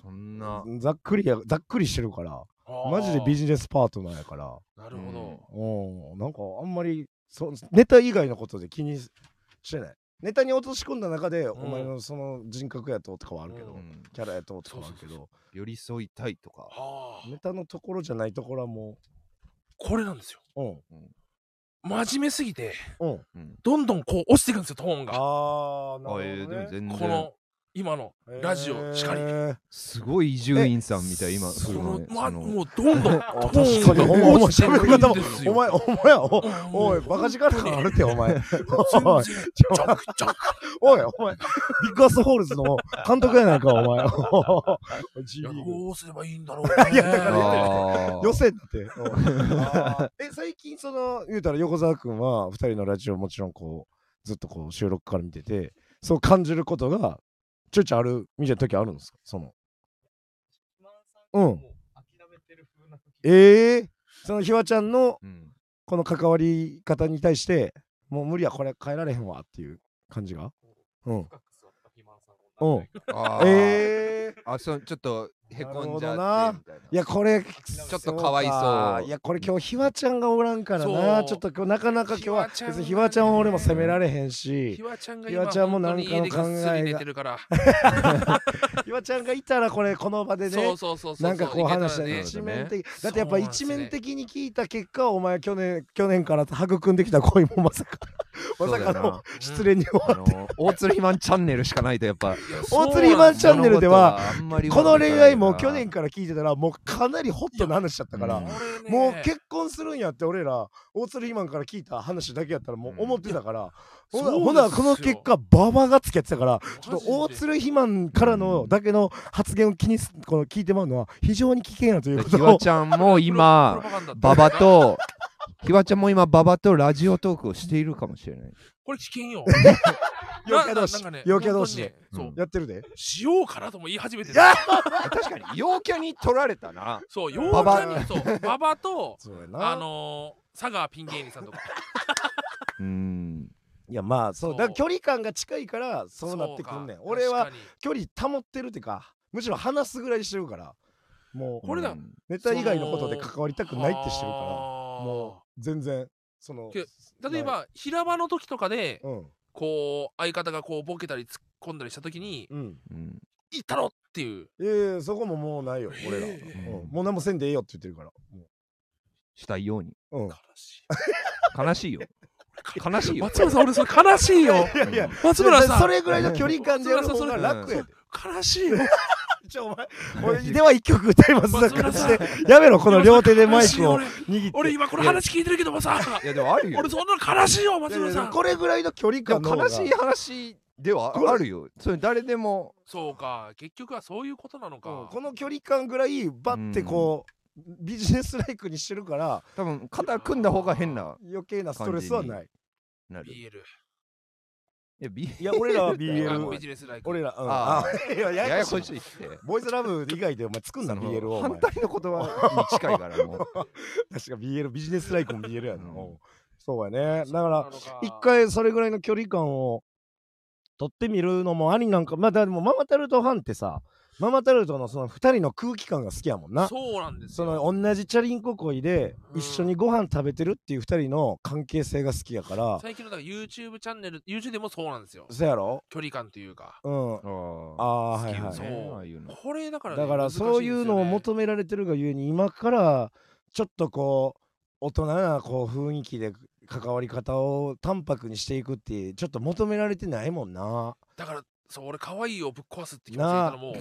そんな
ざっくりやざっくりしてるからマジでビジネスパートナーやから
あーなるほど、
うんなんかあんまりそネタ以外のことで気にししてないネタに落とし込んだ中で、
ん
お前のその人格やととかはあるけど、
う
うん
キャラやととかはあるけど
そう
寄り添いたいとか
はあ
ネタのところじゃないところはも
これなんですよ
ううん
真面目すぎて
うん
うん
どんどんこう落ちていくんですよトーンが
ああな
あえ
る
ーで
ほど、
も
ね
全然
この今のラジオしかり
へー
すごい伊集院さんみたい今
そ
風の
の
ね
ま
あ
あ
の
もうどんどん
あ確かに
どんどん
お前お前
落ちて
喋
く
り
るん
方も
です
お
よ
前お前お
も
お
う
いバカ力感あるって
<laughs>
お前お
全
い
然
ち
ち
ょ
ょくちょく
おいお前ビッグアスホールズの監督やないかお前おい G
い
リ
や
ーグ
どうすればいいんだろうね
いやだから言って
あ
予
ー
選だってあ <laughs> ーえ最近その言うたら横澤君は2人のラジオもちろんこうずっとこう収録から見ててそう感じることがちょいちょいあるみたいな時あるんですかそのうんええそのひわちゃんの
うん
この関わり方に対してもう無理やこれ変えられへんわっていう感じがうんうん
あー
ええ
あそうちょっとへこんじゃ
なるほどな
ってみたいない
やこれ
ちょっとかわいそう
いやこれ今日ひわちゃんがおらんからな
そう
ちょっと今日なかなか今日は
ひわちゃんがね
別にひわちゃんを俺も責められへんし
ひわちゃんが
ひわちゃんもなんかの
今本当に家でぐっすり寝てるから
ひわちゃんがいたらこれこの場でね
そうそうそうそう
なんかこう話した
い
ら
けたら
ね
一面的
そう
だってやっ
そ
ぱ
うなんです
一
ね
面的に聞いた結果お前去年去年から育んできた恋もまさかま
そ
さか
うだよ
の
な
失恋に終わ
あ
<laughs>
の大鶴ひまんチャンネルしかないとやっぱ
いや
大釣りマンチャンネルでは
物事あんまりうまくい
こ
か
の
ない
恋
な
愛も去年から聞いてたらもうかなりホットな話しちゃったから
うん
もう結婚するんやって俺ら大鶴ひまんから聞いた話だけやったらもう思ってたから、
うん
ほな
そう
ほな
です
こ
よ
の結果ババがつけてたからち
ち
ょっと大鶴ひまんからの
うん
だけの発言を気にすこの聞いてまうのは非常に危険やというこ
ひ
と
わ
を
ちゃんも今馬場とひわちゃんも今馬場とラジオトークをしているかもしれない
これ危険よ
<laughs> 陽キャ同士
ななんかね
陽キャ同士
本当にね
うん
そう
やってるで
しようかなとも言い始めてる
いや
確かに陽キャに取られたな
そう陽キ
ババ
ャにそう
<laughs>
馬場と
そうやな
あのー佐川ピン芸人さんとか
うん
いやまあそう
そう
だから距離感が近いからそうなってくんねん
そうか
俺は
確かに
距離保ってるってかむしろ話すぐらいしてるからもう
これだ
うん
ネタ以外のことで関わりたくないってしてるか
は
ら
ー
もう全然その
け例えば平場の時とかで
うん
こう相方がこうボケたり突っ込んだりした時に
うん
うん
「いったろ!」っていう
いやいやそこももうないよ俺ら、
ええ
うん、もう何もせんでええよって言ってるからも
したいように
う、うん、
悲し
悲しいよ悲しい
い
よ
松村さん俺それ悲しいよ
いやいや
松村さん
それぐらいの距離感でやる方が <laughs> 楽やで
悲しいよ
じゃあお <laughs> 前俺では一曲歌い <laughs> ます
松
だから
村
し
さん
てやめろこの両手でマ
悲
イ
しい
ク
よ
を
俺
握って
俺今この話聞いてるけどもさ
いやでもあるよ
俺そんなの悲しいよ松
いや
村
い
さ
や
ん
これぐらいの距離
で
感の
も
方
悲
が
しい話では
これ
あるよそれ誰でも
そうか結局はそういうことなの
うん
か
この距離感ぐらいバッてこう、ビジネスライクにしてるから
多分肩組んだ方が変な
余計なストレスはない
なるい
BL
や B
<laughs> <laughs> いや俺らは
あ
BL
ビジネスライク
俺らうん
あ
あいやや
や
や
や
こ
こ
しい
しいって
ボーイズラブ以外でお前作んな
その
BL <laughs> をお前
反対の言葉に近いからもう
確か BL ビジネスライクも BL やな、
うん
おうそうやねだから一
回
回それぐらいの距離感を取ってみるのもありなんかまあでもママタルトファンってさママタルトのその2人の空気感が好きやもんな
そうなんです
そ
よ
の同じチャリンコ恋で
うん
一緒にご飯食べてるっていう2人の関係性が好きやから、
最近のだから YouTube チャンネル YouTube でもそうなんですよ
そやろ
距離感というか
うん
あ
あ
あ
あはい
好
は
き
い、
よね
そう
ああいうの
これだからね
だからそういう
難しんですよ
のを
ね
求められてるがゆえに今からちょっとこう大人なこう雰囲気で関わり方を淡白にしていくってちょっと求められてないもんな
だからそう俺可愛いをぶっ壊すって気持ちでいたらもう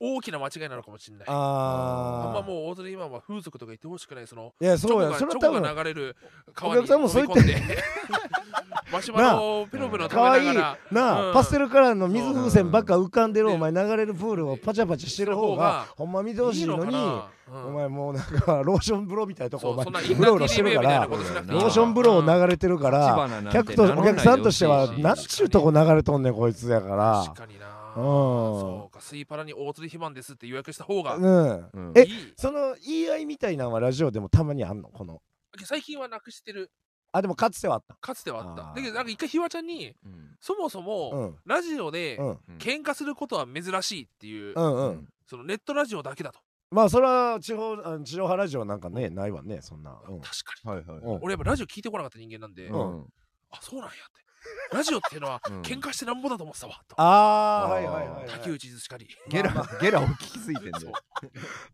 大きな間違いなのかもしれないあ
あー
んまもう大鶴今は風俗とか言ってほしくないその
いや
チ
そう
ョコ
や
が
そ
チ
れ
ョ
は多
コ
分
が流れる川
お
に
客さんもそう言って
飛び込んで <laughs> マシュマロをペロペロ
可
食
愛
べ
い
なが
なあ、
うん
パステルカラーの水風船ばっか浮かんでる
うん
お前流れるプールをパチャパチャしてる方がほんま見て
ら
ほしいのに
いいかなうん
お前もうなんかローション風呂みたいなとこ
そ
お
う
前
そんな
うろうろしてるか
イン
ら
ター TV みたいなことしなくていい
ロ
わ
ーション風呂を流れてるから
立花なん
客
て
と
名乗ら
お
ない
客さんとしては
でほしいし
なんちゅうとこ流れとんねんこいつや
確
か
かにな
らうん
そうかスイパラに大鶴肥満ですって予約した方が
うん
うん
え
いい
その言い合いみたいなのはラジオでもたまにあんのこの
最近はなくしてる
あでもかつてはあった
かつてはあった
あー
だけどなんか一回ひわちゃんに
うん
そもそも、
うん
ラジオで
うん
喧嘩することは珍しいっていう、
うんう
うんん
そのネットラジオだけだと、
まあそれは地方あ地上波ラジオなんかねないわねそんなうん
確かに
はいはい
うん
俺やっぱラジオ聞いてこなかった人間なんで、
うん
あそうなんやってラジオっていうのは
うん
喧嘩してなんぼだと思ってたわと
あ
あー
ーはいはいはい、は
竹
い
内ずしかり
ゲラ、ゲラを聞きすぎて <laughs> んだ
そう
よ。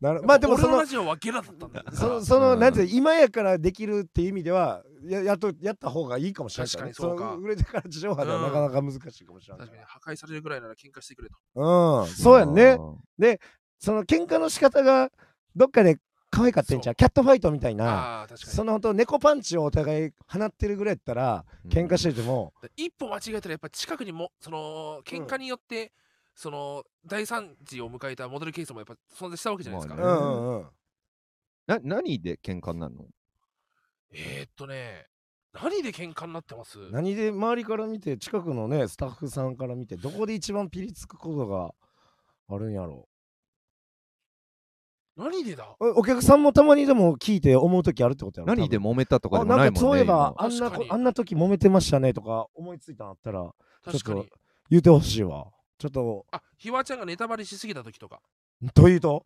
なるまあでも
俺
そ
の
の
ラジオはゲラだったんだよ
その
さ
その、
うん
なんていうの今やからできるっていう意味ではややっとやった方がいいかもしれないね
確かにそうか
の売れてから地上波ではなかなか難しいかもしれ
あ
ない、
確かに破壊されるぐらいなら喧嘩してくれと
うんそうやんね
あー。。
その喧嘩の仕方がどっかで可愛かったんちゃうキャットファイトみたいな
ああー確かに
そのほんと猫パンチをお互い放ってるぐらいやったら喧嘩しててても、
で一歩間違えたらやっぱ近くにもその喧嘩によって、その大惨事を迎えたモデルケースもやっぱ存在したわけじゃないですか、
う
ま
ん
あ
う
ね
んうん
な、何で喧嘩になるの
えー、っとね何で喧嘩になってます
何で周りから見て近くのねスタッフさんから見てどこで一番ピリつくことがあるんやろ
何でだ
うおお客さんもたまにでも聞いて思う時あるってことやろ
何で
も
揉めたとかで
あな
も
ん
ない
か
もんね。
そういえば
今
あんな
確
こ
かに
あんな時揉めてましたねとか思いついたのあったら
確か
ちょっ
に
言ってほしいわちょっと
あひわちゃんがネタバレしすぎた時とか、
というと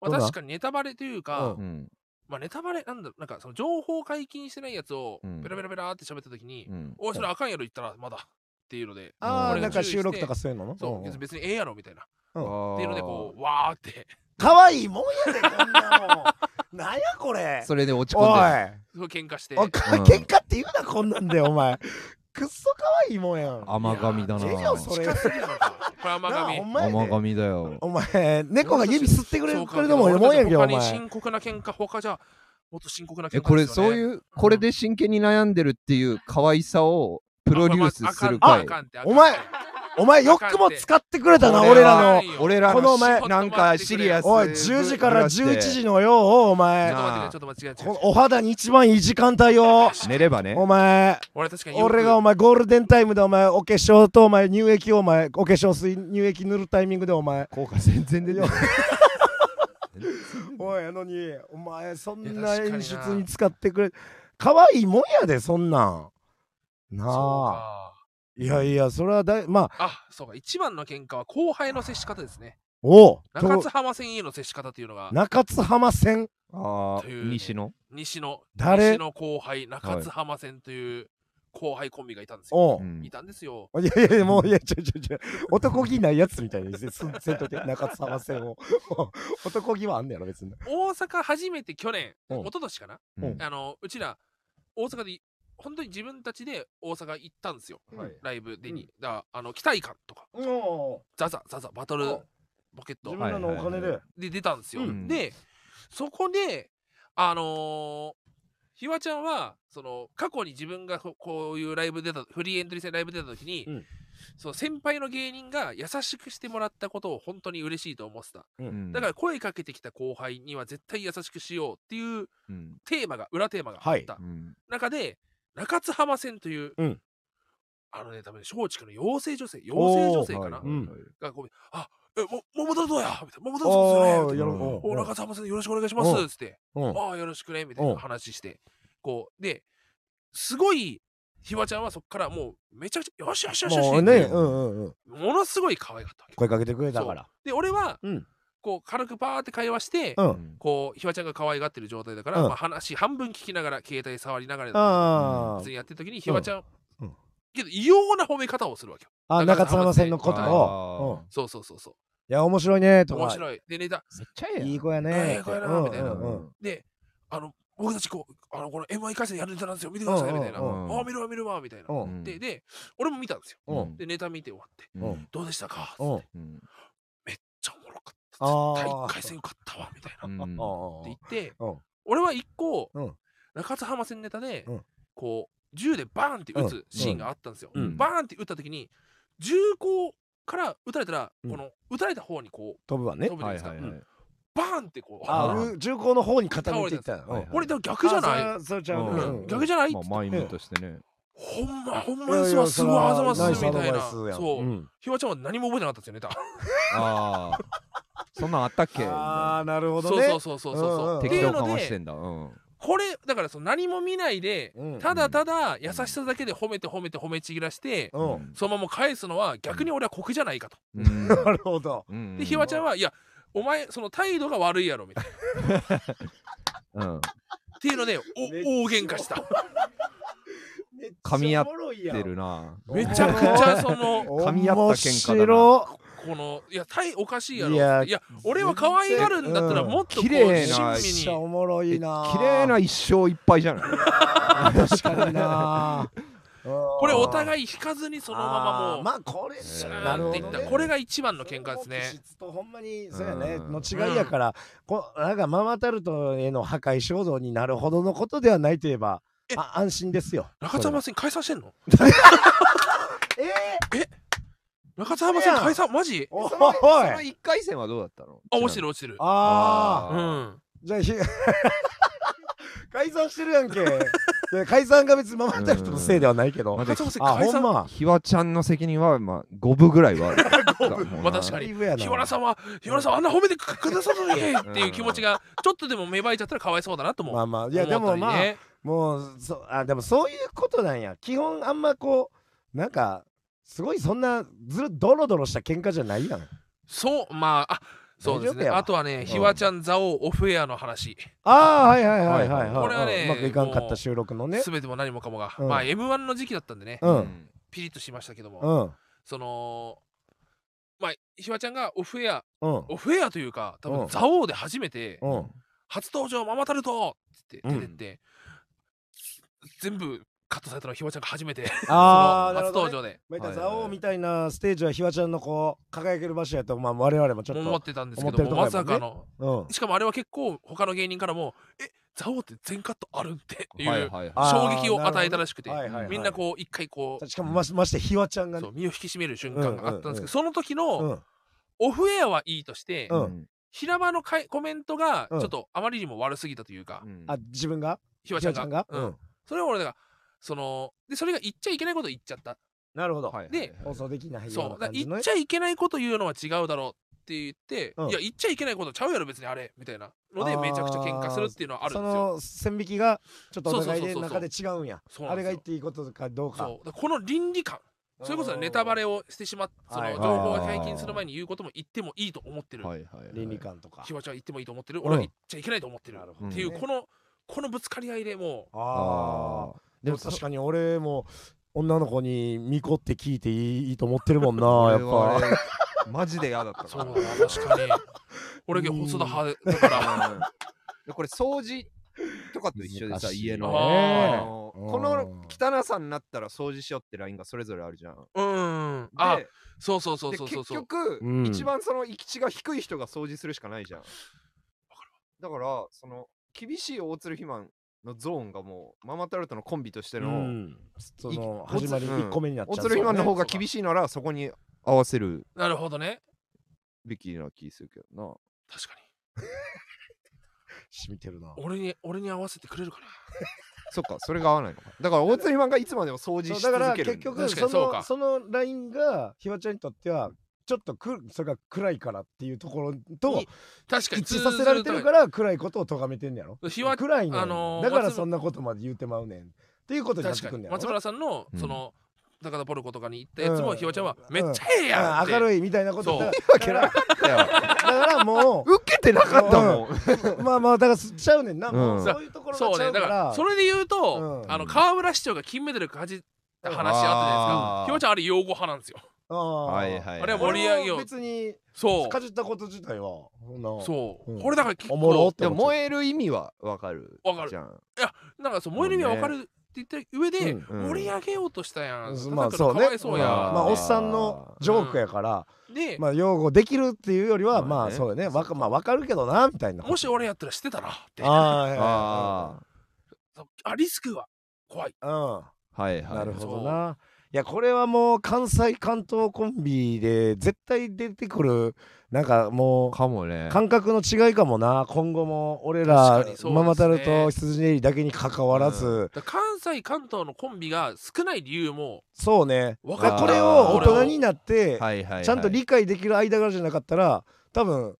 まあ、
どうだ
確かにネタバレというか、
う
うん
ん。
まあネタバレなんだろうなんかその情報解禁してないやつを
うん
ペラペラペラーって喋った時に、
うん。
おいそれあかんやろ言ったらまだっていうので
あ
う
あ
ん
なんか収録とかそういうのの
そううん
うん
別にええやろみたいな
っ
っていうのでこうわーって
可愛いもんやでこんなもんなんやこれ
それで落ち込
お
ん
い
でる。
そう喧嘩して
おか
うん
喧嘩って言うなこんなんでお前くっそ可愛いもんやん
甘神だ
いや
な。
ーそれ
近すぎるのかこれ甘
なあ
神
ほんまやで
甘神だよ。
お前猫が指吸ってくれ
そう
る
か
くれるのももんやんけお
俺たち他に
前
深刻な喧嘩他じゃもっと深刻な喧嘩
え、これ
ですよね
そういう、これで真剣に悩んでるっていう可愛さをプロデュースする
あまあ
会
あ。かんってあかんって
お前お前よくも使ってくれたな俺らの
俺ら
このお前
なんかシリアス
ちょっ
お
お
い
い
10
10
時
時
か
からら
11
11
時
時のよお
と
前
待ってくれちょっと待ってくれちょっと待ってくれ
お肌に一番いい時間帯よ
寝ればね
お。前
俺確かによく
俺がお前ゴールデンタイムでお前お化粧とお前乳液をお前お化粧水乳液塗るタイミングでお前
効果全然出てない。
<laughs>
おいやのにお前そん
いや
な
確かにな
演出に使ってくれ可愛いもんやでそんなんな
そう
あ
か
いやいやそれはだいまあ
あそうか一番の喧嘩は後輩の接し方ですね
おう
中津
と
浜線への接し方というのが
中津浜線
ああ、
というね
西野。
西の
誰
西の後輩中津浜線という後輩コンビがいたんですよ
おう
う、ん
いたんですよ
いやいやもういやちょちょちょ男気ないやつみたいにせせんといて中津浜線を男気はあんねやろ別に
大阪初めて去年
うん
一昨年かな
うん
あのうちら大阪で本当に自分たちで大阪行ったんですよ、
はい
ライブでに、だからあの期待感とか
おう
ザザザザバトル
お
ポケット
自分らのお金
はいはい
で
は
で出たんですよ、
うん
でそこであのーひわちゃんはその過去に自分がここういうライブ出たフリーエントリー戦ライブ出た時に、
うん
その先輩の芸人が優しくしてもらったことを本当に嬉しいと思ってた
うん
だから声かけてきた後輩には絶対優しくしようっていう
うん
テーマが裏テーマがあった、
うん
中で中津浜線という、
うん
あのね多分ね松竹の養成女性養成女性かな、
はい
う
は
ん
い
がこうあえも桃太郎やみたいな桃太郎さんですよね
お
みたいな
ーやろ
お
う
中津浜線よろしくお願いします
う
っつって
うんうん
ああよろしくねみたいうなん話してこうですごいひわちゃんはそこからもうめちゃくちゃよしよしよしよし
もうねうんうんうん
ものすごい可愛かったわけ
声かけてくれたから
で俺は、
うん
こう軽くパーって会話して、
うん
うん
こうひわちゃんが可愛がってる状態だから、
うん
まあ、話半分聞きながら携帯触りながらだったんだけど
あ
普通
ー
にやってる時にひわちゃん、
うん
けど異様な褒め方をするわけよ
あ中津浜線のことを
あー
うん
そうそうそうそ
いや面白いね
う
とか
面白いでネタ
めっちゃええやん
いい子や
あ
ね
ええ子やな
うん
みたいな
うんうん
であの僕たちこうあのこの M1 回戦やるネタなんですよ見てくださいみたいな、
うん
うんうん
あ見るわ見るわみたいな、
うん
うん
でで俺も見たんですよ
うん
でネタ見て終わって
う
うんん
どうでしたか
うん
うん
じゃあおもろか
あー
った絶対一回戦受かったわみたいなっ
う
て
んうん
言って、
うん
俺は一個、
うん
中津浜戦ネタで、
うん
こう銃でバーンって撃つシーンがあったんですよ、
うん
バーンって撃った時に銃口から撃たれたら、
うん
この撃たれた方にこう
飛ぶわね
飛ぶじゃな
はいい
ですか、
はいはい
バーンってこう
あ
あ
あ
ー
う銃口の方に傾いていった
はいはい
俺でも逆じゃない
いそうちゃうね
う
うん
ん
うん
逆じゃない
まあマイムとしてね
ほんまほん
い
ま
や
に
い
す
や
わすごいあざますみたいな
それはナイスアドバイスやん
そう、
ん
ひわちゃんは何も覚えてなかったんですよネ
ああそんなんあったっけみたい
あ
な
あなるほ
タ
ど
そう
ね
そうそうそうそう
うんうんうん
って
適
いう
当
の
かまして
で
んだうん
これだからその何も見ないで
うん
ただただ優しさだけで褒めて褒めて褒めちぎらして
うん
そのまま返すのは逆に俺は酷じゃないかと
うん
なるほど
うん
でひわちゃんはいやお前その態度が悪いやろみたいな
うん
っていうのでお
めっちゃ
大喧嘩した
めっ
噛み合っ
おもろい
て
やん
るな
めちゃくちゃその
噛み合った喧嘩だな
面白
このいや大おかしいやろ
いや
いや俺は可愛がるんだったら
うん
もっとこう
綺麗な
めっ
親身
ち
に
ゃおもろいな
綺麗な一生いっぱいじゃない
確かにな
こ
こ
れお
い
互い引かずにそのままもう
まあこれ
シャ
あ
ーンっていっ
な
た
るほどね
これが一番の喧嘩ですね
質とほんまにそうやね
うん
の違いやから、こなんかママタルトへの破壊衝動になるほどのことではないといえば
え
あ安心ですよ
中津浜線解散してんの
えー、
中津浜線解散マジ
おい
そのそ
お
の
い
1回戦はどうだったの
あ落ちてる落ちてる
ああ
う
あー
ん
じゃあひ <laughs> 解散してるやんけで解散が別にママタルトのせいではないけど、
ま
中津浜線
あ
解
ほん
散
ま
ひわちゃんの責任はまあ五分ぐらいはある
分まあ確かに
だいぶやな
日原さんは日原さんはあんな褒めてくくださるのにっていう気持ちがちょっとでも芽生えちゃったらかわいそうだなと思う
まあまあいやでもま
思
あ、
ったりね
もうそあでもそういうことなんや基本あんまこうなんかすごいそんなずるドロドロした喧嘩じゃないやん
そうまああそうです
大丈夫
ね
やわ
あとはねひわちゃん蔵王オフエアの話
ああはいはいはいはいはい、
こ
れはね
うんうまくいかんかった収録のね
すべても何もかもが
うん
まあ m 1の時期だったんでね
うん
ピリッとしましたけど
う
も
ん
そのまあひわちゃんがオフエア
うん
オフエアというか多
う
分
ん
蔵王で初めて
うん
初登場ママタルトって
う
出
ん
てって全部カットされたのはひわちゃんが初めて
ああ
その
なる
初
ほど、
登
ね、
場で
また蔵王みたいなステージはひわちゃんのこう輝ける場所やと、まあ、我々もちょっ
思っ
と、
てたんですけ
思って
ど
る
も
とこやも
ま
んね
さかの
うん、
しかもあれは結構他の芸人からも「えザオって全カットあるんって」って
はいいうはい
あ
衝撃を与えたらしくて
はいはいはい
みんなこう一回こう
しかもましましてひわちゃんがね
そう身を引き締める瞬間があったんです
うんうん
け
うん
どその時
う
の
ん
オフエアはいいとして
うん
平場のかいコメントがち
うん
ょっとあまりにも悪すぎたというか
うん
あ自分が
ひわちゃんが
う、
うんんそれを俺がそのでそれが言っちゃいけないこと言っちゃった
なるほど、
はいはい
で
は
放
い
送できないよう
そ
な
うだから
感じの
言っ
ね
ちゃいけないこと言うのは違うだろうって言って、
うん
いや言っちゃいけないことちゃうやろ別にあれみたいなので
あー
めちゃくちゃ喧嘩するっていうのはある
そ
んですよ
の線引きがちょっとお互いで
そうそうそうそう
中で違うんや
そうなん
あれ
です
が
よ
言っていいことかどうか
そうだからこの倫理観それこそネタバレ
を
をしてしまっその
はい
情
はい
報が解禁する前に言うことも言ってもいいと思ってる、
はいはいはい
倫理観とか
ひわちゃんは言ってもいいと思ってる
うん
俺は言っちゃいけないと思ってる、
なるほ
どね
っていうこのこのぶつかり合いでもう
あ
あ
あ
あで
で
も
も確
確
かに俺も女の子に巫女って聞いていいと思ってるもんなやっ
俺
ぱ
はあれマジで嫌だった
そうだ
な
な確かに俺が細田派だから
うんでこれ掃除とかと一緒でさ
難しい
家
あー
のあ
ね
の
うん
この汚さになったら掃除しようってラインがそれぞれあるじゃん。
うんあ
で
そうそうそう
で
そうそう
結
そう
局、
うん
一番その行き地が低い人が掃除するしかないじゃん。だからその厳しい大鶴肥満のゾーンがもうママタルトのコンビとして
う
の
んそ
い
の始まり
うん
1個目になっちゃ
大
う
鶴肥満の方が厳
しい
しいならそこに合わせる
なるほどね
べきな気するけどな。
確かに
染みてるな
俺に俺に合わせてくれるかな
そっかそれが合わないのか。だから大鶴肥満がいつまでも掃除
そう
し
だから
続ける
結
んだよね。
局
確かに
そ
そう
の
か
そのラインがひわちゃんにとってはちょっとくそれが暗いからっていうところと
に確かに
一致させられてるから暗いことを咎めてんねやろ
ひわ
暗いねん、
あのー
だから
松
そんなことまで言うてまうねんっていうことになっ
確
て
か
くん
に
ねやろ
松村さんの
うん
その高田ポルコとかに行ったやつ
う
も
ん
ひわちゃんはめっちゃええやん
あ
って
明るいみたいなこと
そう
だ
けな
だか
だよ
らだからも
受けてなかったもん。
うまあまあだからすっちゃうねんな、もう
うん
そういうところ
そ
が
う
ちゃ
ね
うか
だから
ら
それで言うと
うん
あの河村市長が金メダルかじった話あったじゃないです
あ
か
ー
ひわちゃんあれ擁護派なんですよ
ああ
はいはい。
あれは盛り上げよう
俺も別に
そ
かじったこと自体はそんな
うそううんこれだから結
おもろっ
構
て
でも
思っちゃう
燃える意味はわかる。
わかる
じゃん。
なんかそう燃える意味は分かるって言った上で
うん
うん
盛り上げようとしたやん
まあ
高田
そ
君
う
か
ね
わいそうや
まあまあ
ん
おっさんのジョークやから、
で
まあ擁護できるっていうよりはまあ、
まあね
そうよねわかまあわかるけどなみたいな
もし俺やったらしてたなって
ああはい
あ
あリスクが怖い
はいはいうん
あ。はいはい。
なるほどな。いやこれはもう関西関東コンビで絶対出てくるなんかもう
かもね。
感覚の違いかもな今後も俺
確
ら、
かにそうですね
ママタルと羊ネイリだけに関わらず、
う
だから関西関東のコンビが少ない理由も
そうね
分
あ
か
ー
っ
これを大人になって、
はいはいはい。
ちゃんと理解できる間柄じゃなかったら多分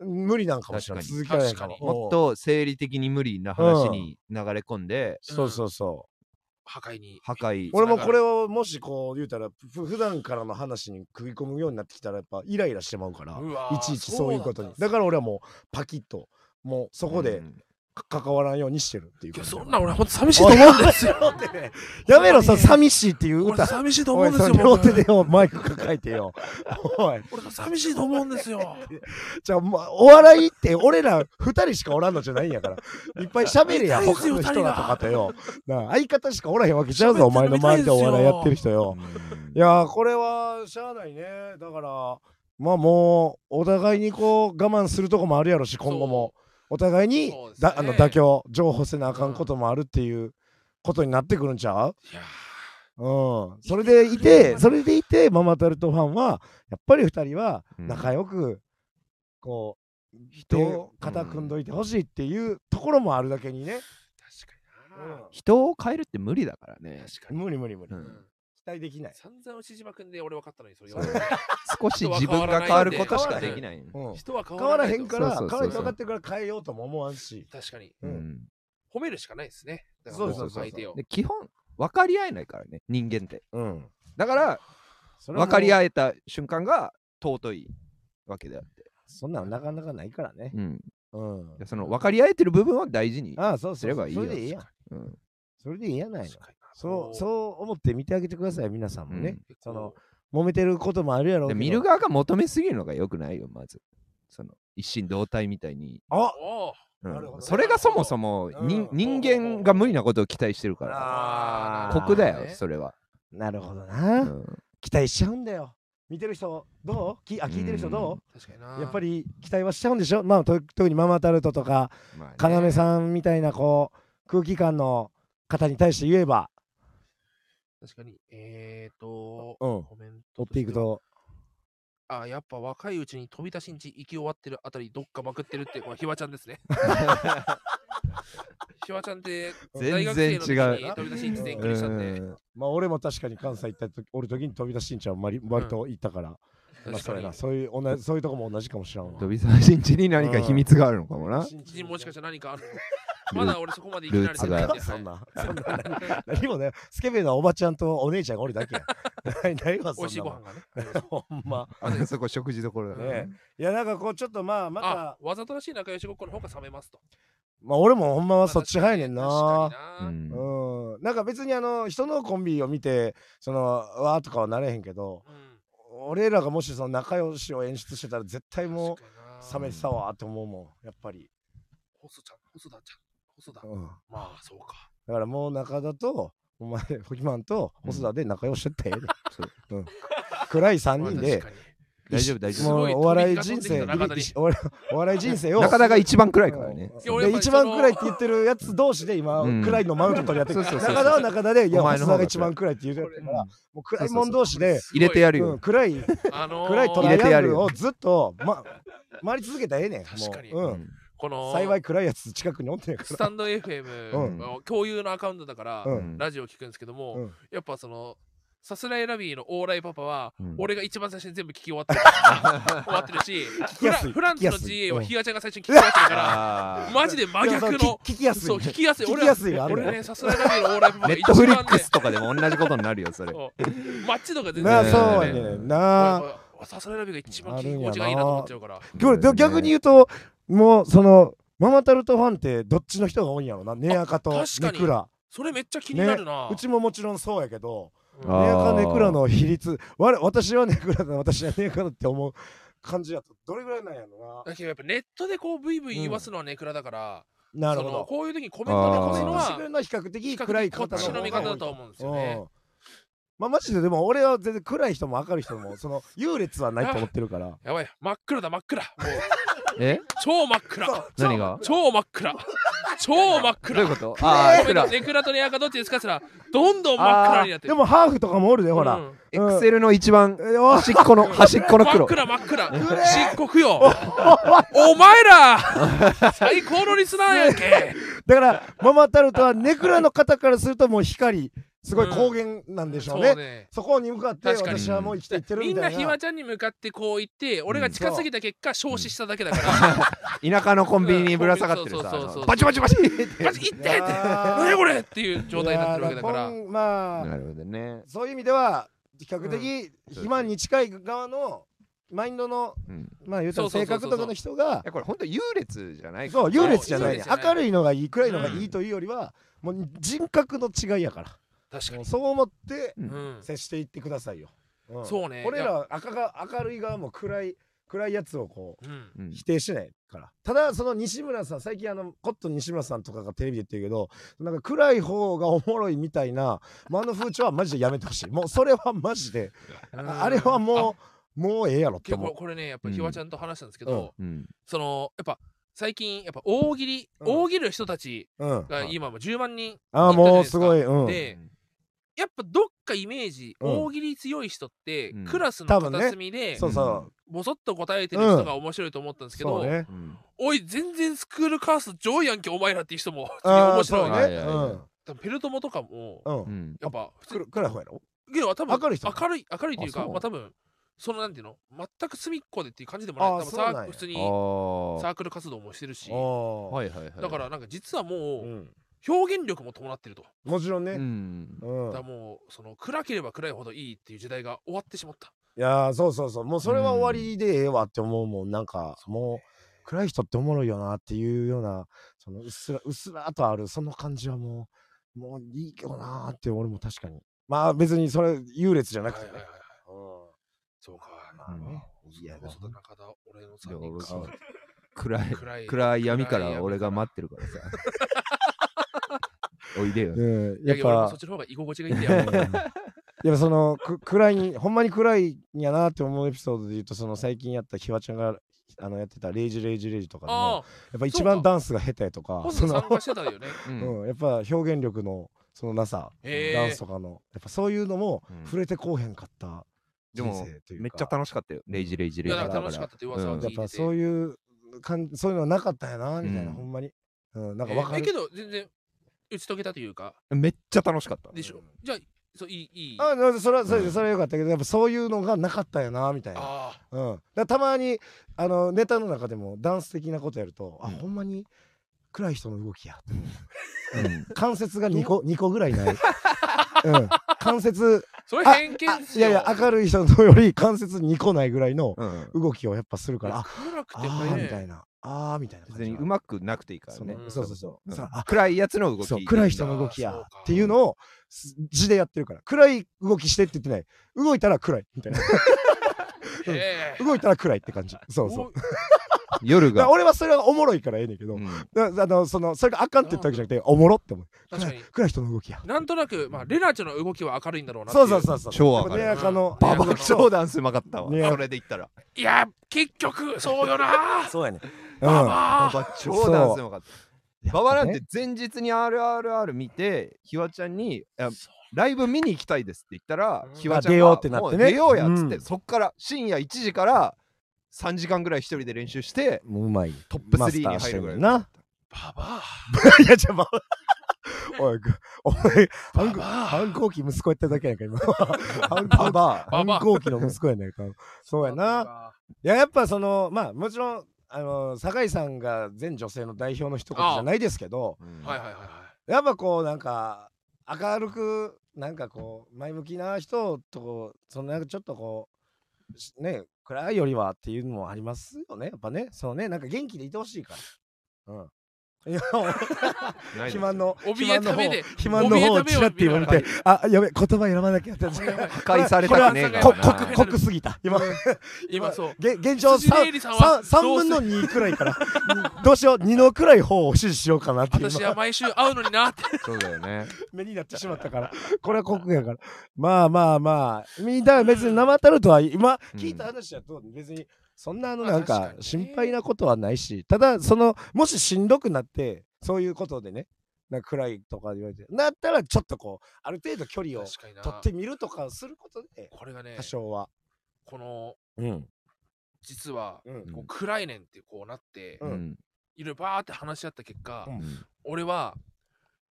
無理なんかもしれない
確か
続けられないかも
確
もっ
うん
と生理的に無理な話に流れ込んで、
そうそうそう、
破壊に
破壊。
俺もこれをもしこう言うたらふ普段からの話に食い込むようになってきたらやっぱイライラしてまうから
うわー
いちいちそういうことに
そ
だ
だ
から俺はもうパキッともうそこで
うん
関わらんようにしてるっていう
い
感
や
じ
そんなん俺ほんと寂しいと思うんですよ
両手でやめろさ寂しいっていう
俺
歌
寂しいと思
お
う
い
んです
そ
よ
の両
僕
手でよマイク抱えてよおい
俺が寂しいと思うんです <laughs> よ
じゃあ、まあ、お笑いって俺ら2人しかおらんのじゃないんやからいっぱい喋れや
見たいっ
他
すよ
の人らとかとよなあ相方しかおらへんわけちゃうぞお前の周りでお笑いやってる人よいやーこれはしゃあないねだからまあもうお互いにこう我慢するとこもあるやろし今後もお互いに、
そうですね
だあの妥協譲歩せなあかんこともあるっていうことになってくるんちゃう
いや
うん、それでいてそれでいてママタルトファンはやっぱり2人は
うん
仲良くこう
人
手を肩組んどいてほしいっていうところもあるだけにね、
確かにな
人を変えるって無理だからね。
確かに、
無理無理無理、
う
うんん、
期待できない、
散々牛島君で俺分かったのにそれ
そう
言われて
少し自分が変わることしかできない。
う
<laughs>
ん、
人は変
変
わ
わ
ら
ら
な
へ
いと
んから
そう
変
そうそうそう
わると分かってるから変えようとも思わんし
確かに
う
うんん
褒めるしかないですねだから
そうそうそうそう
相手を
で基本分かり合えないからね人間って。
うん
だから
それはもう
分かり合えた瞬間が尊いわけであって。
そんなんなかなかないからね
うん、
うん
でその分かり合えてる部分は大事に。
ああそう
す
そう
れ
そ
ば
う
いい
そ
よ
れでいいやん
うん
それでいいやないの
確かにな
そう
う
そう思って見てあげてください皆さんもね、
うん
結
そ
構
の揉めてることもあるやろう
で
けど
見る側が求めすぎるのが良くないよまず。その一心同体みたいに、
あ
おー
うん
なるほどね
それがそもそも人,、
うん
人間が無理なことを期待してるから
あー
酷だ
なるほど
よ
ね
それは、
なるほどな、
うん
期待しちゃうんだよ見てる人どうきあ聞いてる人ど
確かに
う
な
やっぱり期待はしちゃうんでしょまあと特にママタルトとか
まあね
要さんみたいなこう空気感の方に対して言えば、
確かにえーと
うん
コメン
追
ト
っ
して
て
い
いくと
あやっぱ若いうちに飛び出しんち生き終わってるあたりどっかまくってるってこれひわちゃんですねひわちゃんって
全然
大学生の時
違
に
う
飛び出しんち全クリしたんで
うん
まあ俺も確かに関西行った時おる時に飛び出しんちゃん割割と行ったから、まあ
確
そ
か
うや
に
なそういう同じそういうとこも同じかもしれんわ
飛び出しんちに何か秘密があるのかもな。
新人もしかしたら何かある
<laughs>
のまだ俺そこまで生き
ル
ら
ー
れて
ツ
ないん
が
で、
た
はい
そんなそんな何何もねスケベなおばちゃんとお姉ちゃんがおるだけや何何もそ
美
ん
味しい
な
ご
もん
飯がね
ほんま
あそこ食事どころだから
ねいやなんかこうちょっとまあ <laughs> ま
あ
た
わざとらしい仲良しごっこの方が冷めますと
まあ俺もほんまはそっち早いねんな、
確
う
かになん
うん、なんか別にあの人のコンビを見てそのわーとかはなれへんけど
うん
俺らがもしその仲良しを演出してたら絶対も
確かにな
う冷めてたわーって思うもんやっぱり、
細ちゃん細田ちゃん細田
うん、
まあそうか
だからもう中田とお前フキマンと細田で仲良ししてったらええねん、うん、暗い3
まあ確
人で
かに
大丈夫大丈
す
も
ご
う
い
お笑い人
飛び火
生
が飛んできた中田に
お笑いお笑い人生
夫。
を
なかなか一番暗いからね。
うん
いや俺
で
やっぱり
一番
その
暗いって言ってるやつ同士で今、
うん
暗いのマウント取り合ってる
そうそうそう
中田は中田でいや
お前
細
の方
田
が
が一番暗いって言うてるから、
うん
もう暗いもん同士で
入れてやる
う
よ
ん、。暗い
あのー
暗いトラ
入れて
イア
や
ング
る
ル
よ
をずっと、ま、回り続けたらええねん。もう
確かに
う、
うんん
この
幸い暗いやつ近くにおってんやか
ス
ら。
タンド FM
うん
の共有のアカウントだから、
うん
うん
ラジオ聞くんですけども、
うん
やっぱそのさすらいラビーのオーライパパは、
うん
俺が一番最初に全部聞き終わって
<laughs>
る終わってるしフ
き
ラ
やすい
フランスの
聞きやすい
GA
う
は
ん
ひやちゃんが最初に聞き終わってるか
あ
ら
ー
マジで真逆
い
の
やそう聞聞きやすい
そう聞きやすい
聞
俺
きやすいがあ
は
る
俺ねさすらいラビーのオーライパパ
ネ
が
ッ
一
トフリッ
番
クスとかでも同じことになるよ、それ。
ねマッチとか全然
なあ、
ね
そうやねんなあ。
俺さすらいラビーが一番聞き心地がいいなと思っちゃうから
今日、で逆に言うと、もうその、ママタルトファンってどっちの人が多いんやろな。ネアカと
あ
ネ
確かに
クラ。
それめっちゃ気になるな、
うちももちろんそうやけど、
うん
ネ
あ
アカネクラの比率、我私はネクラだ、私はネアカだって思う感じやと、どれぐらいなんやろ
だけどやっぱネットでこうブイブイ言わすのはネクラだから、
な。なる
その
ほ
こういう時にコメントで
ど。
欲
コ
し
メ
い
ン
の
トしてく
は
れるのは比較的
比
暗
較
い
的こ
方
っちの味方だと思うんですよね
うん。まあマジででも俺は全然暗い人も明るい人もその優劣はないと思ってるから
<laughs> やばい真っ暗だ真っ暗もう
<laughs>
え
超真っ暗
何が
超真っ暗超真っ
どういう
暗
ことああ、
ごめんな
暗
さいネクラとネアカどっちですかって言ったらどんどん真っ暗になって
で
る
もハーフとかもおるでほら、
うん
エクセルの一番
えお
端っこの、端っこの
真っ
黒。
暗真っ暗
くれ
漆黒よお前ら
<laughs>
最高のリスナーやんけ
だからママタルトはネクラの方からするともう光すごい光源なんでしょうね,、
そ
そ
ね
こに向かって
確かに
私はもう生きていってる
み
み
ん
た
ないひ
な
わちゃんに向かってこう言って俺が近すぎた結果消死しただけだから
<laughs>
田舎のコンビニにぶら下がってる
そうそうそう
さ
そう。
バチバチバチって
マジ行ってっ
い
て
やー
何これっていう状態になってるわけだか
いや
ら
ー今まあ
なるほどね。
そういう意味では比較的肥満に近い側のマインドの
うん、い
まあ言うたら
そうそう
性
そうそう
格とかの人が
やこれ本当優劣じゃない
そう優劣じゃない
優
ね
劣じゃない
明るいのがいい暗いのがいいというよりは、もう人格の違いやから
確か
も
に
うそう思って
うん
うん
接していってくださいよ、うん
そうね
俺ら赤が明るい側も暗い暗いやつをこう
うん
うん
否定しないからただその西村さん最近あのコットン西村さんとかがテレビで言ってるけどなんか暗い方がおもろいみたいな、まあ、あの風潮はマジでやめてほしいもうそれはマジでああれはもうもうええやろって
結
思
構
う
これねやっぱひわちゃんと話したんですけど、
うん
うん
そのやっぱ最近やっぱ大喜利、
うん
大喜利の人たち
うん
が今も10万人
ああもうすごいうん
でやっぱどっかイメージ、
うん
大喜利強い人って、
うん
クラスの
多分ね
片隅で、
そうそう
ボソッと答えてる人が面白いと思ったんですけど、
そうね
うん
おい全然スクールカースト上位やんけお前らっていう人も
あ
面
あそ
白
う
い
ね
ね
いやいやいや
多分ペルトモとかも、
うんう
うんん
やっぱ普通
くるくらい方やろ
いや多分
明るい人
明るい明るいという
あ
か
そう
まあ多分そのなんていうの全く隅っこでっていう感じでもない
あ
多分
そ
サ
うなんや
ーク普通に
ああ
サークル活動もしてるし
ああ
はいはいはい
だからなんか実はも
う
うん表現力も伴ってると、
もちろん
う
ね
ん
うん
だからもうその暗ければ暗いほどいいっていう時代が終わってしまった
いやーそうそうそうもうそれは終わりでええわって思うもんなんかもう暗い人っておもろいよなっていうようなそのうっすらうっすらとあるその感じはもうもういいよなーって俺も確かにまあ別にそれ優劣じゃなくてね、
はいはいはいはいそうか
まあねいや
そうだそうだ中田俺の3人
いや
か
俺暗い
暗い
暗い闇から俺が待ってるからさおいでよ
うんうん、
や
や
っ
っ
ぱ俺もそ
ぱ
っちの方が居心地がいいん
<laughs>
だ
う
よ
んやっぱそのく暗いにほんまに暗いんやなって思うエピソードで言うとその最近やったひわちゃんがあのやってた「レイジレイジレイジ」とかで
あ
も
あ
やっぱ
そ
一
うか
番ダンスが下手やとか
本
そ
人
の
参加してたよね
うん
うん、やっぱ表現力のそのなさ、
へー
ダンスとかのやっぱそういうのも
うん
触れてこうへんかった
で
人
も
生というか
めっちゃ楽しかったよレイジレイジ
い
レイ
や
ジ
だか
だから
楽
ら
しかったって噂は
うん
聞
や
い
ってぱ
て、
そういうかんそういうのはなかったんやなみたいな、
うん
ほんまに、うん、なんかわか
えーえ
る、
けど全然打ち解けたというか
めっちゃ楽しかった
でしょ、
うん
じゃあそういいいい
あでもそれはそれ
うん
それはよかったけどやっぱそういうのがなかったんやなみたいな、
ああ
うん、だからたまにあのネタの中でもダンス的なことやると、あ
うん
ほんまに暗い人の動きやって思う
うん
関節が2個二個ぐらいない、うん、関節
それ
あ
偏見っ
あ
す
い
よ
やいや明るい人のより関節2個ないぐらいの
うん
動きをやっぱするから、あ
暗くても
あ
ね
ーみたいなあーみたいな
別にう
ま
まくなくていいからね
うん
そうそうそう、
うん
さあ
暗いやつの動き
そう暗い人の動き
あー
や
そうか
っていうのをす字でやってるから暗い動きしてって言ってない動いたら暗いみたいな
ええ
動いたら暗いって感じそうそ
<laughs> お
う
夜
だか
が
ら俺はそれがおもろいからええねんけど、
うん
だあのそのそれがあかんって言ったわけじゃなくておもろって思う
確か
暗
に
い暗い人の動きや
なんとなくまあレナチョの動きは明るいんだろうなってい
そうそうそうそう
超わかる
ねやかの
バ
バ
バ
バ
ア
ア
超
超ダンスうまかったわ
ね
それで言ったら
いや結局そうよな
そうやね
ババ
う
バ
ア
バア超ダンスうまかった
ん
ババアなんて前日に RRR 見てひわちゃんにいやライブ見に行きたいですって言ったら
うん
ひわちゃん
あ出
が
ようってなってね
もう出ようやっつって
うん
そっから深夜1時から3時間ぐらい一人で練習して
もううまい
トップ3に入るぐらい
マス
ババ
<laughs> いや、じゃあ、まあ、おい、ぐお前、
ア
反
バ
抗
バア
反抗期息子やっただけやんか、今。反
バ
抗
ババア
反抗期の息子やねんか。いそうやや、やっぱその、まあ、もちろん、あの、酒井さんが全女性の代表の一言じゃないですけど、
ア
はいはいはいはい
やっぱこう、なんか、明るく、なんかこう、前向きな人とこう、そのなんかちょっとこう、しね、暗いよりはっていうのもありますよね、やっぱね。そうね、なんか元気でいてほしいから。うん。い
<laughs>
や、
ない
肥
の
満の
怯えた目で
肥満の方をちらって今見てあやべ言葉選ばなきゃって
破壊されたくねえか
こ
こ
ら
濃
こ
く
な
濃くすぎた今
今そう
げ現状
辻礼
3,
二さんは
3, 分の2くらいから
<laughs>
どうしよう2のくらい方を支持しようかなって今
私は毎週会うのになって
そうだよね
目になってしまったから <laughs> これは濃くやからまあまあまあみんな別に生たるとは今
うん
聞いた話だと別にそんなあの
まあ
なん
確か
か
にね
心配なことはないしただそのもししんどくなってそういうことでねなんか暗いとか言われてなったらちょっとこうある程度距離を
確かにな
取ってみるとかすることで
これがね
多少は。
この
うん。
実は
うん
こう暗いねんってこうなって
うん
いろいろバーって話し合った結果
うん
俺は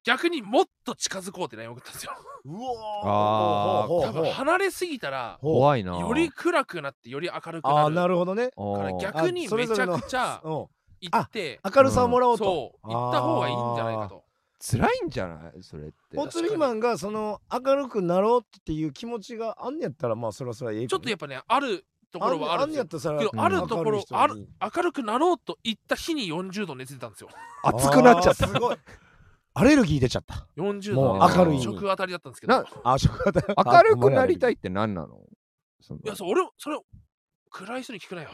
逆にもっと近づこうって LINE 送ったんですよ
うおー
あー
ほうほ
多
うほう
分離れすぎたら
ほう
怖いな
より暗くなってより明るく
あ
な
あ、な
る
るほどね。
あ
から
ー
逆に
あそ
め
れ
ち
ぞれ
ゃ
の
くちゃ
うん。
行って
明るさをもらおうと。
そう行った方がいいんじゃないかと
辛いんじゃないそれって
ポツリーマンがその明るくなろうっていう気持ちがあんねやったらまあそれはそれはいい
ちょっとやっぱねあるところはある
あ
ん
ん
で
に
す
や
よ
っ。たらさら
けど
うん
あるところあ
明るい人
る
に
明るくなろうと言った日に40度熱出たんですよ
熱くなっちゃった
あーすごいアレルギー出ちゃった
40
も
度
う
熱
明るいに
食当たりだったんですけど
ない
あ食型
明るくなりた
い
いって何なのその
やそう俺それ暗い人に聞くな
<laughs>
よ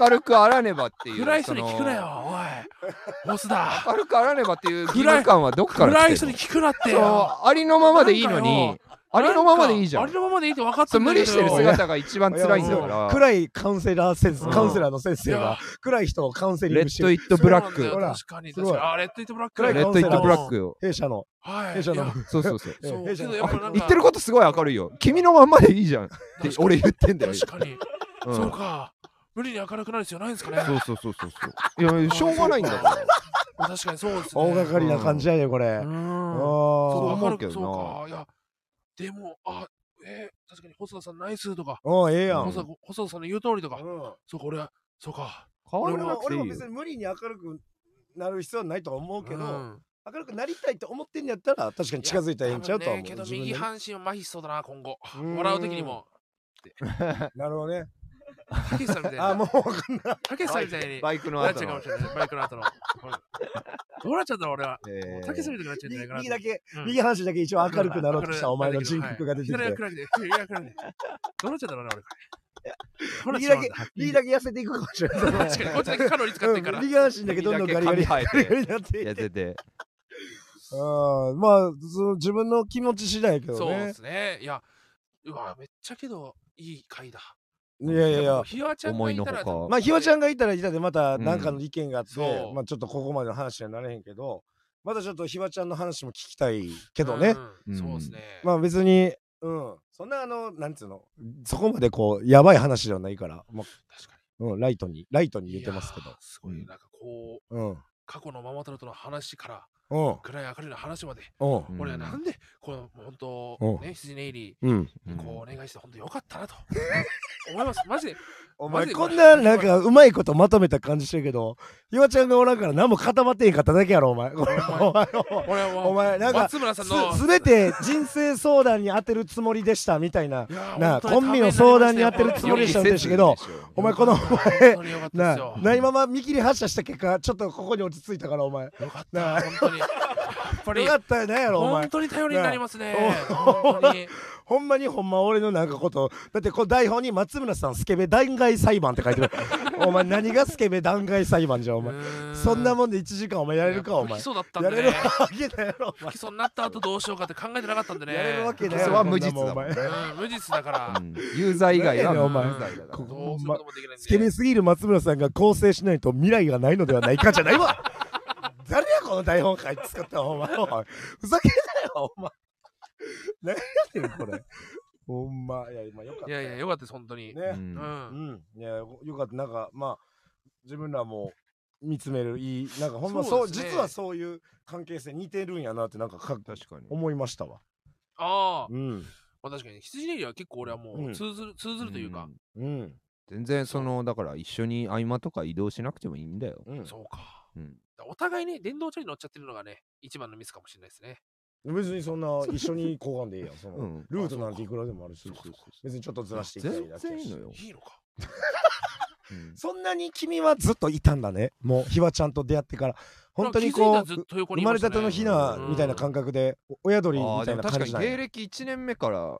明るくあらねばっていう
暗い人に聞くな
その
よおいボスだ
明るくあらねばっていう義務感はどっから
暗
来
い
て
人
んの
に聞くなってよ
そうありのままでいいの
なん
に
か
ありのままでいいじゃ
あり
ん
のままでいいって分かって
そうん
だ
無
けど
理してる姿が一番辛いんだか
い
ら
暗いカウンセラー先
う
生
ん
カウンセラーの先生
いや
が暗い人をカウンセリン
レ
グし
ッ
て
ド・イ
る
ット・ブラッ
そう
ク
なんだよ
ほら
確かに
す
確
ごい
かにあレッド・イット・ブラック
レ
暗い
ッド・イット・ブラックよ
弊社の
はい
弊社
いや
の
そうそうそう
そう
弊社の
けどやっぱなんか
言ってることすごい明るいよ君のまんまでいいじゃんって俺言ってんだよ
確かに
うん
そうか無理に明るくなる必要ないんですかね
そうそうそうそうそういやいやしょうがないんだから
確かにそうですね
大掛かりな感じやねこれ
う
あ
んそう
ー
わかる
思うけどな
そうかいやでもあえー、確かに細田さんナイスとか
うんええやん
細田細田さんの言う通りとか、
うん
そうか俺はそうか
変わ
俺
らな
も
くて
俺
い
も
い
別
よ
に無理に明るくなる必要はないとは思うけど、
うん
明るくなりたいと思ってんやったら確かに近づいたらええんちゃうとは思
多
う、
分ねけ
自
ど
分で
右
ね
半身は麻痺しそうだな今後
うーん
笑う時にも
なるほどね
たけしさんみたい
あー
な
もう分かんない
たけしさんみたいに
バイクの
なっち
後
ゃうかも
の
しれないバイクの後のこれどうなっちゃったの俺は
えー
たけしさんみたいになっちゃうんじゃない
右
かな
右だけ、
うん
右半身だけ一応明るくなろうとしたお前の人格が出てき
はい
て
左は暗くて左は暗くてどうなっちゃったのね俺これ
右だけ右だけ痩せていくかもしれない
確かにこっちだけカロリー使ってるか
う
ら
ん右半身だけどんどんガリガリ
右だけ
ガ
髪生えて
リガリになってい
やっ
って
てて
うんまあその自分の気持ち次第やけど
そうで
ね
すね。いや、うわ、めっちゃけど、いい回だ。
いやいやい
も
や
うひわちゃんが
思い
い
の
たら、
ほか
まあひわちゃんがいたらいたでまた何かの意見があって、
うんそう
まあちょっとここまでの話にはなれへんけどまたちょっとひわちゃんの話も聞きたいけどね、
うん
うん
そうですね。
まあ別に、うん、そんなあの、なんつうの、そこまでこう、やばい話ではないから、まあ、
確か
うん、ライトに、ライトに
に。
言ってますけど
いやー。すごい、なんかこう、
うん、
過去のママタルトの話から、
うん、
暗い明るいの話まで、
うん、
うん
俺はなんで、この、本当
う、ん
ね、羊ネイリ
うん。
ーにこう、お願いして、本当よかったなと。 <laughs> 思います。マジで。
お
マ
前
ジで
こんななんかうまいことまとめた感じしてるけど、ひわちゃんがおらんから何も固まってへんかっただけやろ、お <laughs> 前。お前、お前
俺は、
<laughs> お前なんか
松村さんの、
すすべて人生相談に当てるつもりでした、みたいな。
いやー
な
本
あ
当に
コンビの相談にやってるつ
た
も
めに
りでし
なりま
た
よ
んですけどお前このお前
本当によかった
な
ですよ
あ、ないまま見切り発車した結果、ちょっとここに落ち着いたから、お前。よ
よかっ
な
た、
あ
本当に。やっぱり、
かったよねやろ、お前
本。当に頼りになりますね
ね。
本当に。
ほんまにほんま俺のなんかことだってこう台本に松村さんスケベ弾劾裁判って書いて
<laughs>
るお前何がスケベ弾劾裁判じゃんお前そんな
や
もんで1時間お前やれるかお前
そうだったん
や
で
れ
ね
る。わけだやろお
不起訴になった後どうしようかって考えてなかったんでね。
前やれるわけだ
そ
よ
れは無実だ
お前
うん無実だから。
ユーザー以外
何やねんお
は
前
無罪だから
こ
どうすることもできないんで。
スケベすぎる松村さんが更生しないと未来がないのではないかじゃないわ <laughs> 誰やこの台本書いて作ったのお前お前ふざけんなよお前何やねんこれほんまいや今よかった
いやいや、よかったです、本当に。
ね、
う
うん
ん。
うん、いやよよかったなんかまあ自分らも見つめるいいなんかほんま
そ
そう
うですね
実はそういう関係性似てるんやなってなんかか
確かに
思いましたわ
ああ、
うん
まあ確かに、羊ネイリは結構俺はも
う
うん通ずる、通ずるというか
ん。
うん
全然そのだから一緒に合間とか移動しなくてもいいんだよ
うん
そうか
うん。
お互いね、電動車に乗っちゃってるのがね、一番のミスかもしれないですね。
別にそんな一緒に交換でいいやんその、
うん
ルートなんていくらでもあるし
そうかそうか
別にちょっとずらしていきたい
全
だけや
然
し
いいのよ
いいのか。
うん
そんなに君はずっといたんだねもうひわちゃんと出会ってから本当に
な
こ
んか気づいたらずっ
う
と横
生
にい
ま
ま
れ
したね
てのひなみたいな感覚でお親鳥
あ
み
あ
た
で
い
も
な
確
感
か
じ
に
なんや
芸歴1年目から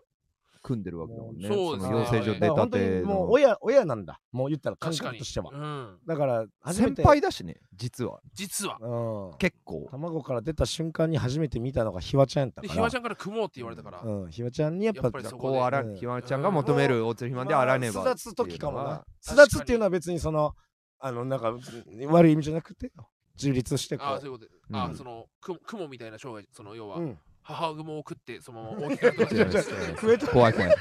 組んでるわけだもんね
そうですね
の養成所出
だから
た
本当に
て
もう
の
親親なんだもう言ったら感
確か
覚
に。
としては
うん。
だから初め
先
て
輩だしね実は
実は。
うん
結構
卵から出た瞬間に初めて見たのがひわちゃんやったか
で、
ら
ひわちゃんから組もうって言われたから。
うん、ひわちゃんにやっぱ
やっぱりそこ
こうあらひわちゃんが求める大鶴ひまであらねば
まあ巣立つ時かもな
てい
巣
うのは
立つっていうのは別にそのあのなんか悪い意味じゃなくて自立してこ
ああ、そう
う
いうことで。ああ、
うん
その、く雲みたいな生涯、その、要は
う、ん、
母雲を食って、そのまま大きくなってましたね。
増えた
怖い怖い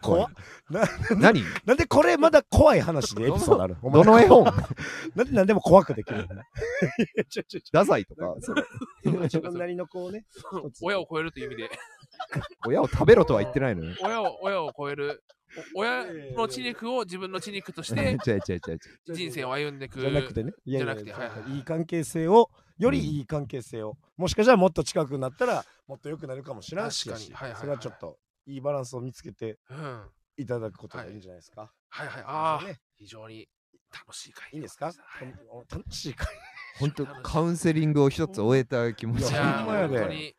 怖っ
<laughs> 何
なんでこれまだ怖い話でエピソードあるお前
どの絵本
なんで何でも怖くできるんだ
<laughs>
いやちょちょち
ダサいとかそれ
ょ自分なりのこうね一つ
親を超えるという意味で、
親を食べろとは言ってないのよ
親を、親を超える、お親の血肉を自分の血肉とし
<laughs> 違う違
て
う違う違
<laughs>
う
人生を歩んでいく。
じゃなくてねいやいや
じゃなくてはい
いい関係性をよりいい関係性を、もしかしたらもっと近くなったらもっと良くなるかもしれないし
確かにはいはいはい
それはちょっといいバランスを見つけて
うん。
いただくことがいいんじゃないですか、
はいはい。ああ、
ね
非常に楽しい会
いいんですか
はい
おお楽しい会
本当カウンセリングを一つ終えた気持
い
ち
じ
や
ゃあ、
ほんまや
本
で
当に。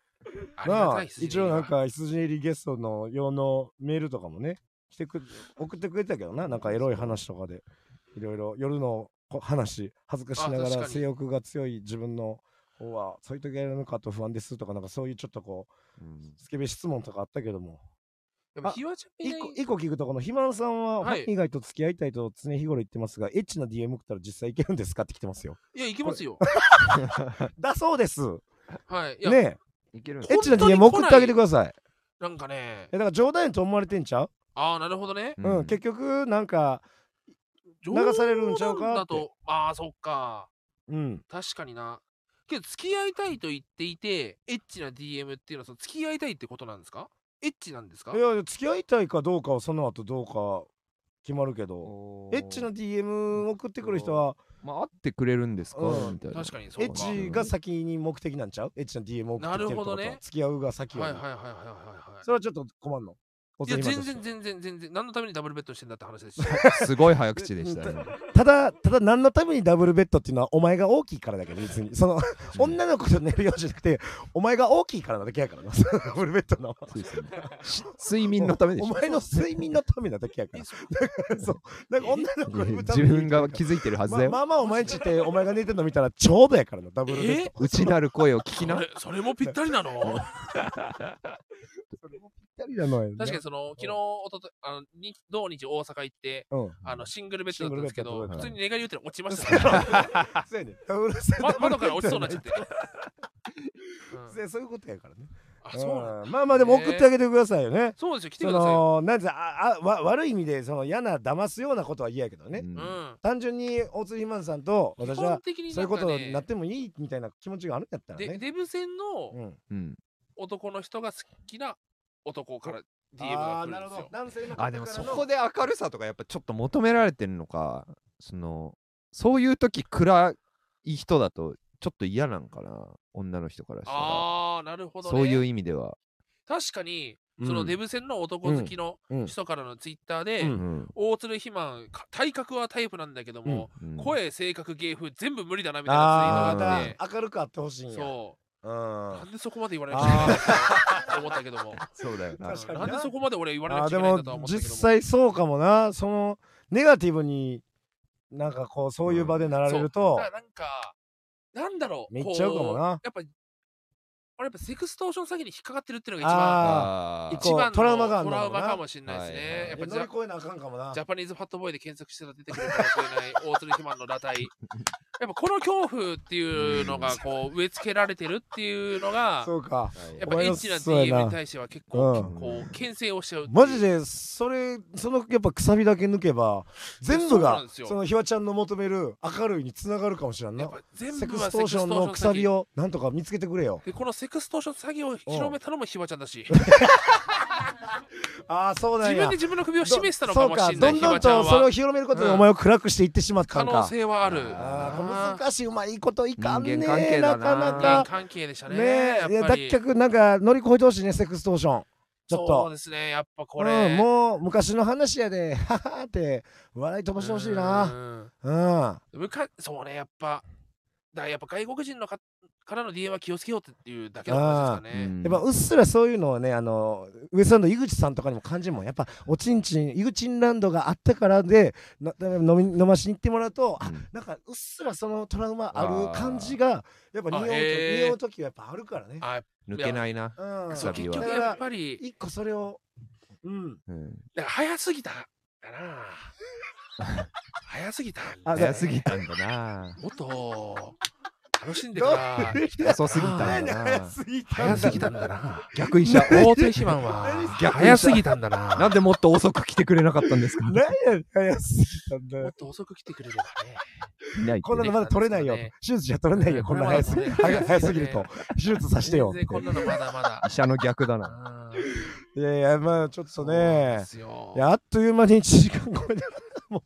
ありが
な
た
あ
いですね
一応なんか羊入りゲストの用のメールとかもね来てく送ってくれたけどななんかエロい話とかでいろいろ夜のこ話恥ずかし
あ
なが
確
ら
かに
性欲が強い自分の方はそういう時やるのかと不安ですとかなんかそういうちょっとこ
うん
うスケベ質問とかあったけども
でも
あ
ひわちゃんい
一
ない
個一個聞くとこの肥満さんは
はい
本以外と付き合いたいと常日頃言ってますがエッチな DM 送ったら実際いけるんですかって来てますよ
いや、行きますよ。
だそうです
はい。いや、
ね
いけるん
えエ
え
ッチな
本当に
DM 送ってあげてください
なんかね
え、だから冗談やと思われてんちゃう
ああ、なるほどね。
うん、結局なんか
流
流されるんちゃうか
だ
っ
と、ああ、そっか。
うん
確かにな。けど、付き合いたいと言っていて、エッチな DM っていうのは、その付き合いたいってことなんですかエッチなんですか
いやいや付き合いたいかどうかはその後どうか決まるけど
構
エッチな DM 送ってくる人は
まあ、会ってくれるんですか、
うん
みたいな。
確かにそ
エ
う
ッ
か
チが先に目的なんちゃうエッチな DM 送ってきてるって
な
こと
るほどね
は付き合うが先よ
はい
り
はいはいはいはいはい
それはちょっと困んの
いや全然全然全然何のためにダブルベッドしてんだって話ですし
すごい早口でしたね。
ただただ何のためにダブルベッドっていうのはお前が大きいからだけど <laughs> 別にその女の子と寝るようじゃなくてお前が大きいからなだけやからな <laughs> ダブルベッドの
そうですねし睡眠のためで
お
しょ。
前の睡眠のためなだけやから
えそう
そうなんか女の子に
自分が気づいてるはずだよ。
まあまあまあお前んちってお前が寝てんの見たらちょうどやからなダブルベッド
え
内なる声を聞き
そ
な。
れそれもぴったりなの
それもぴったりなのよね
確かにその昨日おととあのに土日大阪行って
うん
あのシングルベッドだったんですけ
シング
ど
ルベ
普
ッドだった
通
ね
に寝返り打って落ちましたから
そうやねダブルベッド <laughs>
ま窓から落ちそうになっちゃって、うん
そうそういうことやからね
あそうなんだ
うんまあまあでも送ってあげてくださいよね
そうですよ来て
そ
くださいよ
のなんつうああわ悪い意味でその嫌な騙すようなことは嫌やけどね
う
うん
ん
単純に大津ひまんさんと
基
私
本
は
的に
そう
ない
うん
か
こ
ね
とになってもいいみたいな気持ちがあるんだったら
で
ね
デブ戦の
うん
うん
男の人が好きな男から DM
あ
が
あ
来
な
る
る
んです
ほど
よ
男性の方
あでもそこ
で
で明るさとかやっぱちょっと求められてるのかそのそういう時暗い人だとちょっと嫌なんかな女の人からしたら
ああなるほど、ね、
そういう意味では、
確かにそのデブ戦の男好きの
うん
人からのツイッターで、
うん
うん
大鶴肥満か体格はタイプなんだけども、
うん
声性格芸風全部無理だなみたい
あ
な
あ
ツイートがあって
また明るくあってほしいんや
そうう
あ
なんでそこまで言われなくちゃいけないんだろうと思ったけども
そうだよな
確かに
な
なん
でそこまで俺言われな
あ
くちゃ
で
いけないん
も
だとは思ったけ
実
ども
際そうかもなそのネガティブになんかこうそういう場でなられる
そ
と
うだからなんかなんだろう
めっちゃ合うかもな
こやっぱ俺やっぱセクストーション詐欺に引っかかってるっていうのが一番
あ
あ
一番の
こうトラウマがあ
ト
るのか
ラ
な
ウマかもしれないですね、
はいはい
やっ
え
ぱ
乗
じ
り
ゃ
越えなあかんかもな
ジャパニーズファットボーイで検索したら出てくるかもしれない大鶴ひまんの裸体。やっぱこの恐怖っていうのがこう植え付けられてるっていうの
<laughs>
が、
そうか
やっ
お
ぱエ
前
ッ
の
チな
そうやな
DM に対しては結構、
うん
結構牽制をしちゃうっていう
マジでそれそのやっぱくさびだけ抜けば全部
そうな
が
んですよ
そのひわちゃんの求める明るいにつながるかもしれん
やっ
な
ぱ全
セ
部
ク
は
ストーションのくさび
を。
をなんとか見つけてくれよ
でこのセクストーション詐欺を広めたのもひわちゃんだし、
ああそうな
自
ん
分
や
で自分の首を
ど
示したのかもしれな
そうかど
い
ん
ひ
ど
わ
ん
ちゃん
とそれを
は
広めることで
うん
お前を暗くしていってしまった
可
ん
能
か
性はある。
あー
あー
難しいうまいこといかんねえ
人間関係だ
な
な
かな
人
か
間関係でしたね。
ね
やっ
えいや
ぱ
脱
り
却なんか乗り越えてほしいねセックストーションちょっ
そう
と
ですね、やっぱこれ。
うん、もう昔の話やで <laughs> はははって笑い飛ばしてほしいな
うん
うん
むかそうねやっぱだからやっぱ外国人のかからの DM は気をつけようっていうだけの話ですかね、
やっぱうっすらそういうのはねあのウエストランド井口さんとかにも感じるもんやっぱおちんちん井口ランドがあったからでな飲み飲ましに行ってもらうと、あ
うん
なんかうっすらそのトラウマある感じがやっぱ匂う
あ
と
へー
匂う時はやっぱあるからね
あやっ
抜けないな、
うん
ぱそう
臭
結
みは
局
だから
やっぱり
一個それをうん
うん、
だから早すぎたかな早すぎたんだ
あ <laughs>
ね
早すぎたんだな
もっと楽しんでから
遅すぎたんだ <laughs> な
ぎた
早すぎたんだな
逆にした
大手肥満は
逆にした
早すぎたんだ
な
なん
でもっと遅く来てくれなかったんですか
何や早すぎたんだ
も
よ
っと遅く来てくれればね
いないってね
こんなのまだ取れないよ
ね
手術じゃ取れないよこんな早すぎ
これまだね
早早すぎると手術させてよ
全然こんなのまだまだ
医者の逆だな
う
<laughs>
ん
いやいやまあちょっと
なん
ね
ですよ
いや、あっという間に1時間超えた。も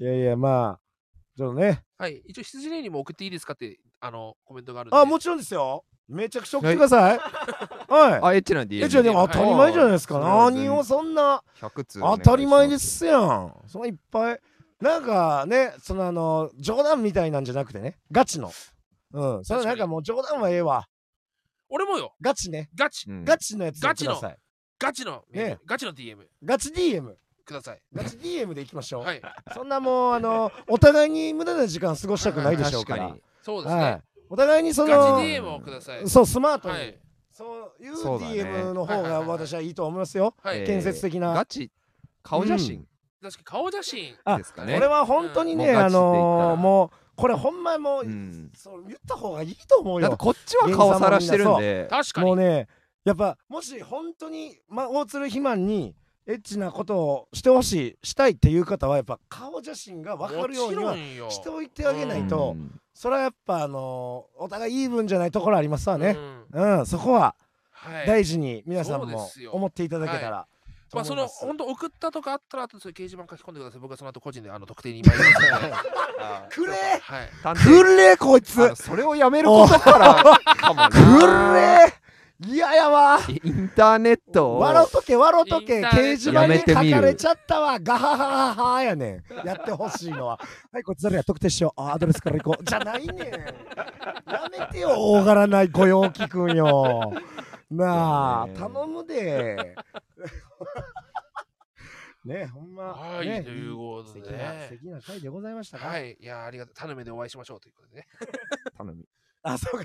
ういやいや、まあ、ちょっとね。
はい、一応羊ねにも送っていいですかってあのコメントがあるんで。
あ、もちろんですよ。めちゃくちゃ送ってください。はい。
あ、エッチな DM。
え、じゃあでも当たり前じゃないですか。
はい
何をそんな、
100通お願い
当
します
たり前で。すやん。そのいっぱい。なんかね、そのあの、冗談みたいなんじゃなくてね、ガチの。うん、それなんかもう冗談はええわ。
俺もよ
ガチね。
ガチ
うん
ガチのやつを
ガ
く
チの
ださい。
ガチの、
ねえ
ガチの DM
ガチ DM。
ください
ガチ DM でいきましょう。 <laughs>
はい
そんなもう、あの、お互いに無駄な時間過ごしたくないでしょうから。
確
そうですね、
はい。お互いにそ
ガ
の
チ、DM をください
そう、スマートに、
はい
そういう
そうだね
DM の方
はいはい
が
はい
私はいいと思いますよ。
はい
えー
建設的な
ガチ、顔写真
確かに顔写真
ですかね。
俺は本当にね、
うんもうガ
あ
チで言ったら
のーもう、これほんまにもう、
うん
そう言った方がいいと思う
だって
よ。
こっちは顔さらしてるんで。
確かに
もうね、やっぱ、もし本当に、まあ、大鶴肥満に、エッチなことをしてほしい、したいっていう方は、やっぱ顔写真が分かるようには
もちろんよ
しておいてあげないと、
うん
それはやっぱ、あのーお互いイーブンじゃないところありますわね
う。ん
うん、そこは
はい
大事に皆さん
そうで
も
すよ
思っていただけたら。
まあ
と
そ
思い
の
す
本当送ったとかあったらあとそれ掲示板書き込んでください僕はその後個人であの特定に今言いますから
あ
くれ
はい
探偵
くれこいつ
あのそれをやめることからかもな
くれいややわ
イインターネットを
笑うとけ笑うとけ
インタ
掲
ーネット
示板に
やめ
書
てみる
かれちゃったわガハハハハやねんやってほしいのははいこいつ誰や特定しようあアドレスから
<laughs>
行こうじゃないねんやめてよ大柄ない御用聞くんよなあ
ねえ
頼むで <laughs> ねえほんま
はい、
ね
というこ
素
と
敵
で
な素
ね
敵な回でございましたか
はいいやありがとう頼めでお会いしましょうということでね
頼み
あそうか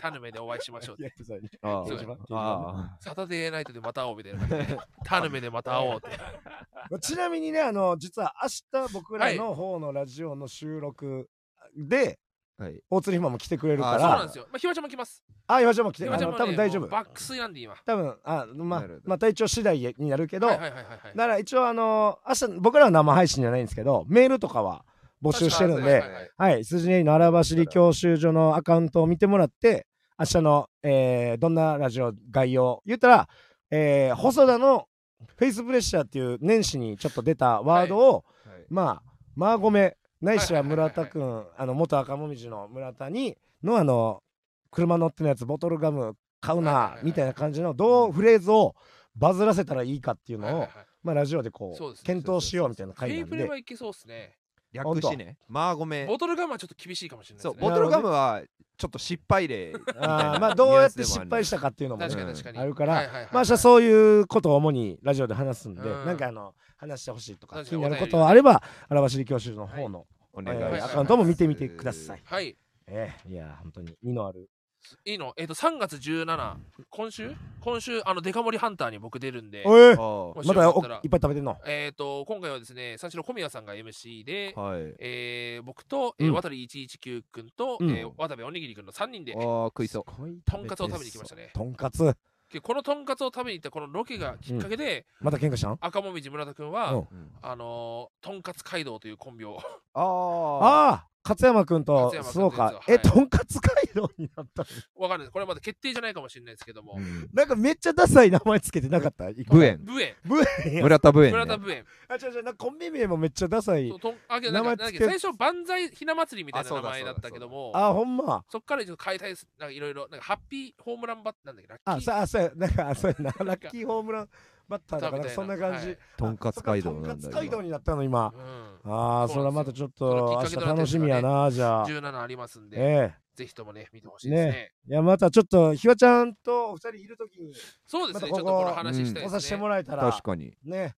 頼めでお会いしましょう
いやそうね
あ
そうです
ね
あ
サタデーナイトでまた会おうみたいな感じでね頼めでまた会おうって
<laughs> ちなみにね、あの、実は明日僕らの方のラジオの収録で、
はい
大鶴ひまも来てくれるか
そう
あ
なん
ら
ですよまあひわちゃんも来ます
あ、岩ちゃんも来
ひ
て、
わ
あ
ちゃん
の、
も
多
ね
分大丈
もう
夫。
バックスなんで今
多分、あ、まあ
なるほ、ど
まあ体調次第になるけど、
はい
だ
は
か
いはいはいはい
ら一応あの、明日僕らは生配信じゃないんですけど、メールとかは募集してるん
はい
で
は、いはい
はい、筋ネイの荒走り教習所のアカウントを見てもらって、明日の、えーどんなラジオ概要、言ったら、えー細田のフェイスプレッシャーっていう年始にちょっと出たワードを、
あはい
まあ、マーゴメ、ないしは村田
は
君、あの、元赤もみじの村田に、のあの、車乗ってのやつ、ボトルガム買う
はいはい
な
は、い
みたいな感じの、どうフレーズをバズらせたらいいかっていう
はい
の
は
を
い、はい
まあ、ラジオでこ
そうで
う
す、ね
検討しようみたいな
フ
回
ェ
な
イ
ん
プレ
で
は、いけそうですね
略してねまあごめん
ボトルガムはちょっと厳しいかもしれないで
そ
す
う
ね
ボトルガムはちょっと失敗例みたい
あ
な
ーまあ、どうやって
ニュアンスでもあ
失
る
敗したかっていうのも
確
ね
かに
うん
確かに
あるから
はいはいはいはい
まあ、明日そういうことを主にラジオで話すんで、
うん
なんかあの、話してほしいとか、
確
気
かに
になることがあれば、荒走り教習の方の、
お
え
願いしま
は
す
い
ーアカウントも見てみてください。
はい
ええいや、本当に、身のある。
いいのえっと3月17今週今週あのデカ盛りハンターに僕出るんで
おい
あー
もし
ま
よ
だ
か
お
っ
い
た
っぱ
ら
い食べてんの
えっと今回はですね三四郎小宮さんが MC で
はい
えー僕と、えー
うん
渡り119君と、
うん
えー渡部おにぎり君の3人で
あー食いそう
とんかつを食べに来ましたね
とんかつ
でこのとんかつを食べに行ったこのロケがきっかけで、
また喧嘩したん
赤もみじ村田君は、
うん
うん
あのーとんかつ街道というコンビを
ああ
ああ勝山君と
勝山君
そう
で
か
す
え
よはい
とんかつ街道になった
わかるこれまだ決定じゃないかもしれないですけども、
なんかめっちゃダサい名前つけてなかった
ブエン
ブエ
ブエンや
村田ブエ
ン
ンね
村田ブエン
あ違う違うなんかコンビ名もめっちゃダサい
そうとんあけどなんか
名前つけ
なんだっけ最初万歳ひな祭りみたいな名前だったけども
あほんま
そっからちょっと変えたいですなんかいろいろなんかハッピーホームランバッターなんだっけラッ
あ
キー
さあそうやなんかそうやなラッキーホームランバッターだ
み
から
たい
そんな感
はい
じ
とんかつ街道
とん
な
か
ん
つ
だ
街道
今
になったの今
うん
ああそ
そう
れ
な
は
んですよ
またちょっ
そ
と
の
明
きっ
日
かけとなってるんですかね
楽しみやなじゃあ
17ありますんで、
ええ
ぜひともね見てほしいですね
ねいやまたちょっとひわちゃんとお二人いるときに
そうですね、
ま
ち
た
ょ
こ
っ
こと
この話したい
お
ですね、
させてもらえたら
確かに
ね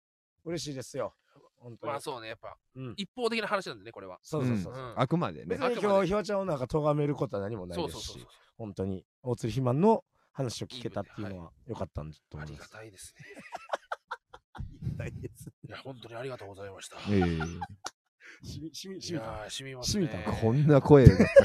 嬉しいですよ本当に
まあそうね、やっぱ、
うん
一方的な話なんでね、これは。
そうそうそう
うん
あくまでね
別に
あくま
今
で
日ひわちゃんをなんか咎めることは何もない
そう
で
そ
す
うそう
し本当に大鶴ひまんの話を聞けたっていうのは良かったんだと
そう。あ
思い
り
ま
が
す。
たいですね。いや、本当にありがとうございました。
え
い
え
しみしみしみた
やー、しみますね
染みた。
こんな声だったっ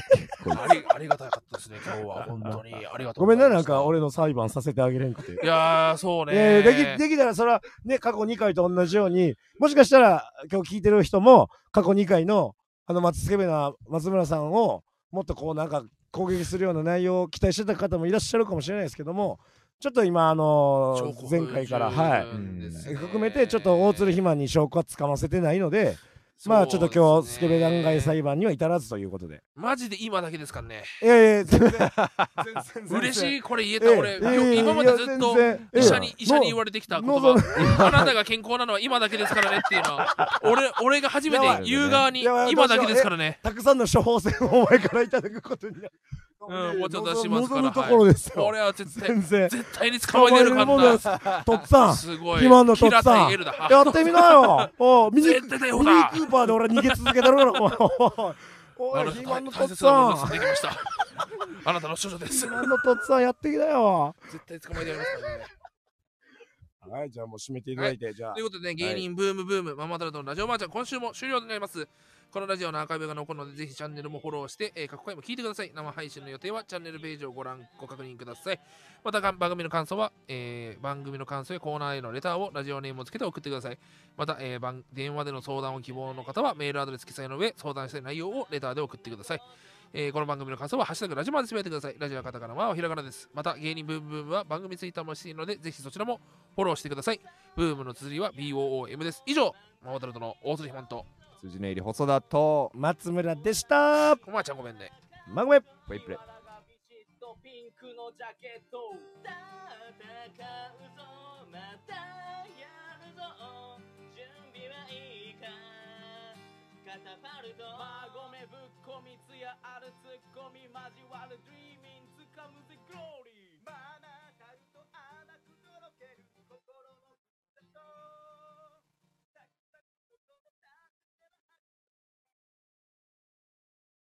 けこいつ
ありありがたかったですね、今日
<laughs>
は。本当にありがとうご
ごめ
ざ
ん
いま
な
す。
なんか。俺の裁判させてあげれんくて。
いやー、そうね
いやいやできできたらそれはね過去2回と同じようにもしかしたら今日聞いてる人も過去2回のあの松スケベな松村さんをもっとこうなんか攻撃するような内容を期待してた方もいらっしゃるかもしれないですけどもちょっと今あの
超高級
前回からはい
うんですね
含めてちょっと大鶴肥満に証拠はつかませてないのでまあちょっと今日スケベ弾劾
外
裁判には至らずということで
マジで今だけですからね
いやいや全然全
<laughs>
然全然
嬉しいこれ言え
え
た俺
え
今
え
日
え
今までずっと
いや
医
全然
者に
ええ
医者に言われてきた言
の
葉 <laughs> あなたが健康なのは今だけですからねっていうのは俺俺が初め
やば
て
い
言う側に
やばい
今だけですからね
たくさんの処方箋をお前からいただくことになる
うんもうちょっと出しますから
望むところですよ、
俺は絶対
全然
絶対に捕まえてやるか
捕まえるもん
ら
ですとっさ
なんすごい
今のとっ
平
さ
田
ん
エルだ
やってみなよおうミニミニ
絶
ク
対逮捕だ
ーパーで俺は逃げ続けたろ <laughs> おいおいお
あ
い
な
肥満
た
のと
大
っ
切なものを盗
さ
ん
ん
できましたあなたの少女です
肥満のとっさんやってきなよ
<laughs> 絶対捕まえてやりますからね
はいじゃあもう締めていただいて、じゃあ
ということでね、芸人ブームブーム、ママタルトのラジオマーちゃん、今週も終了となります。このラジオのアーカイブが残るので、ぜひチャンネルもフォローして、えー過去回も聞いてください。生配信の予定はチャンネルページをご覧、ご確認ください。また、かん番組の感想は、えー番組の感想やコーナーへのレターをラジオネームをつけて送ってください。また、えー番電話での相談を希望の方は、メールアドレス記載の上、相談したい内容をレターで送ってください。えーこの番組の感想は、ハッシュタグラジマでつぶやいてください。ラジオはカタカナはおひらがなです。また、芸人ブームブームは番組ツイッターもしているので、ぜひそちらもフォローしてください。ブームの綴りは BOOM です。以上、ママタルトの大鶴ひまんと、
辻根入り細田と
松村でした
おまちゃんごめんね。
まごめ
プレイプレイ
ビシッとピンクのジャケット戦うぞまたやるぞ準備はいいかカタパルト馬込めぶっこみ艶あるツッコミ交わるドリーミンつかむぜグローリー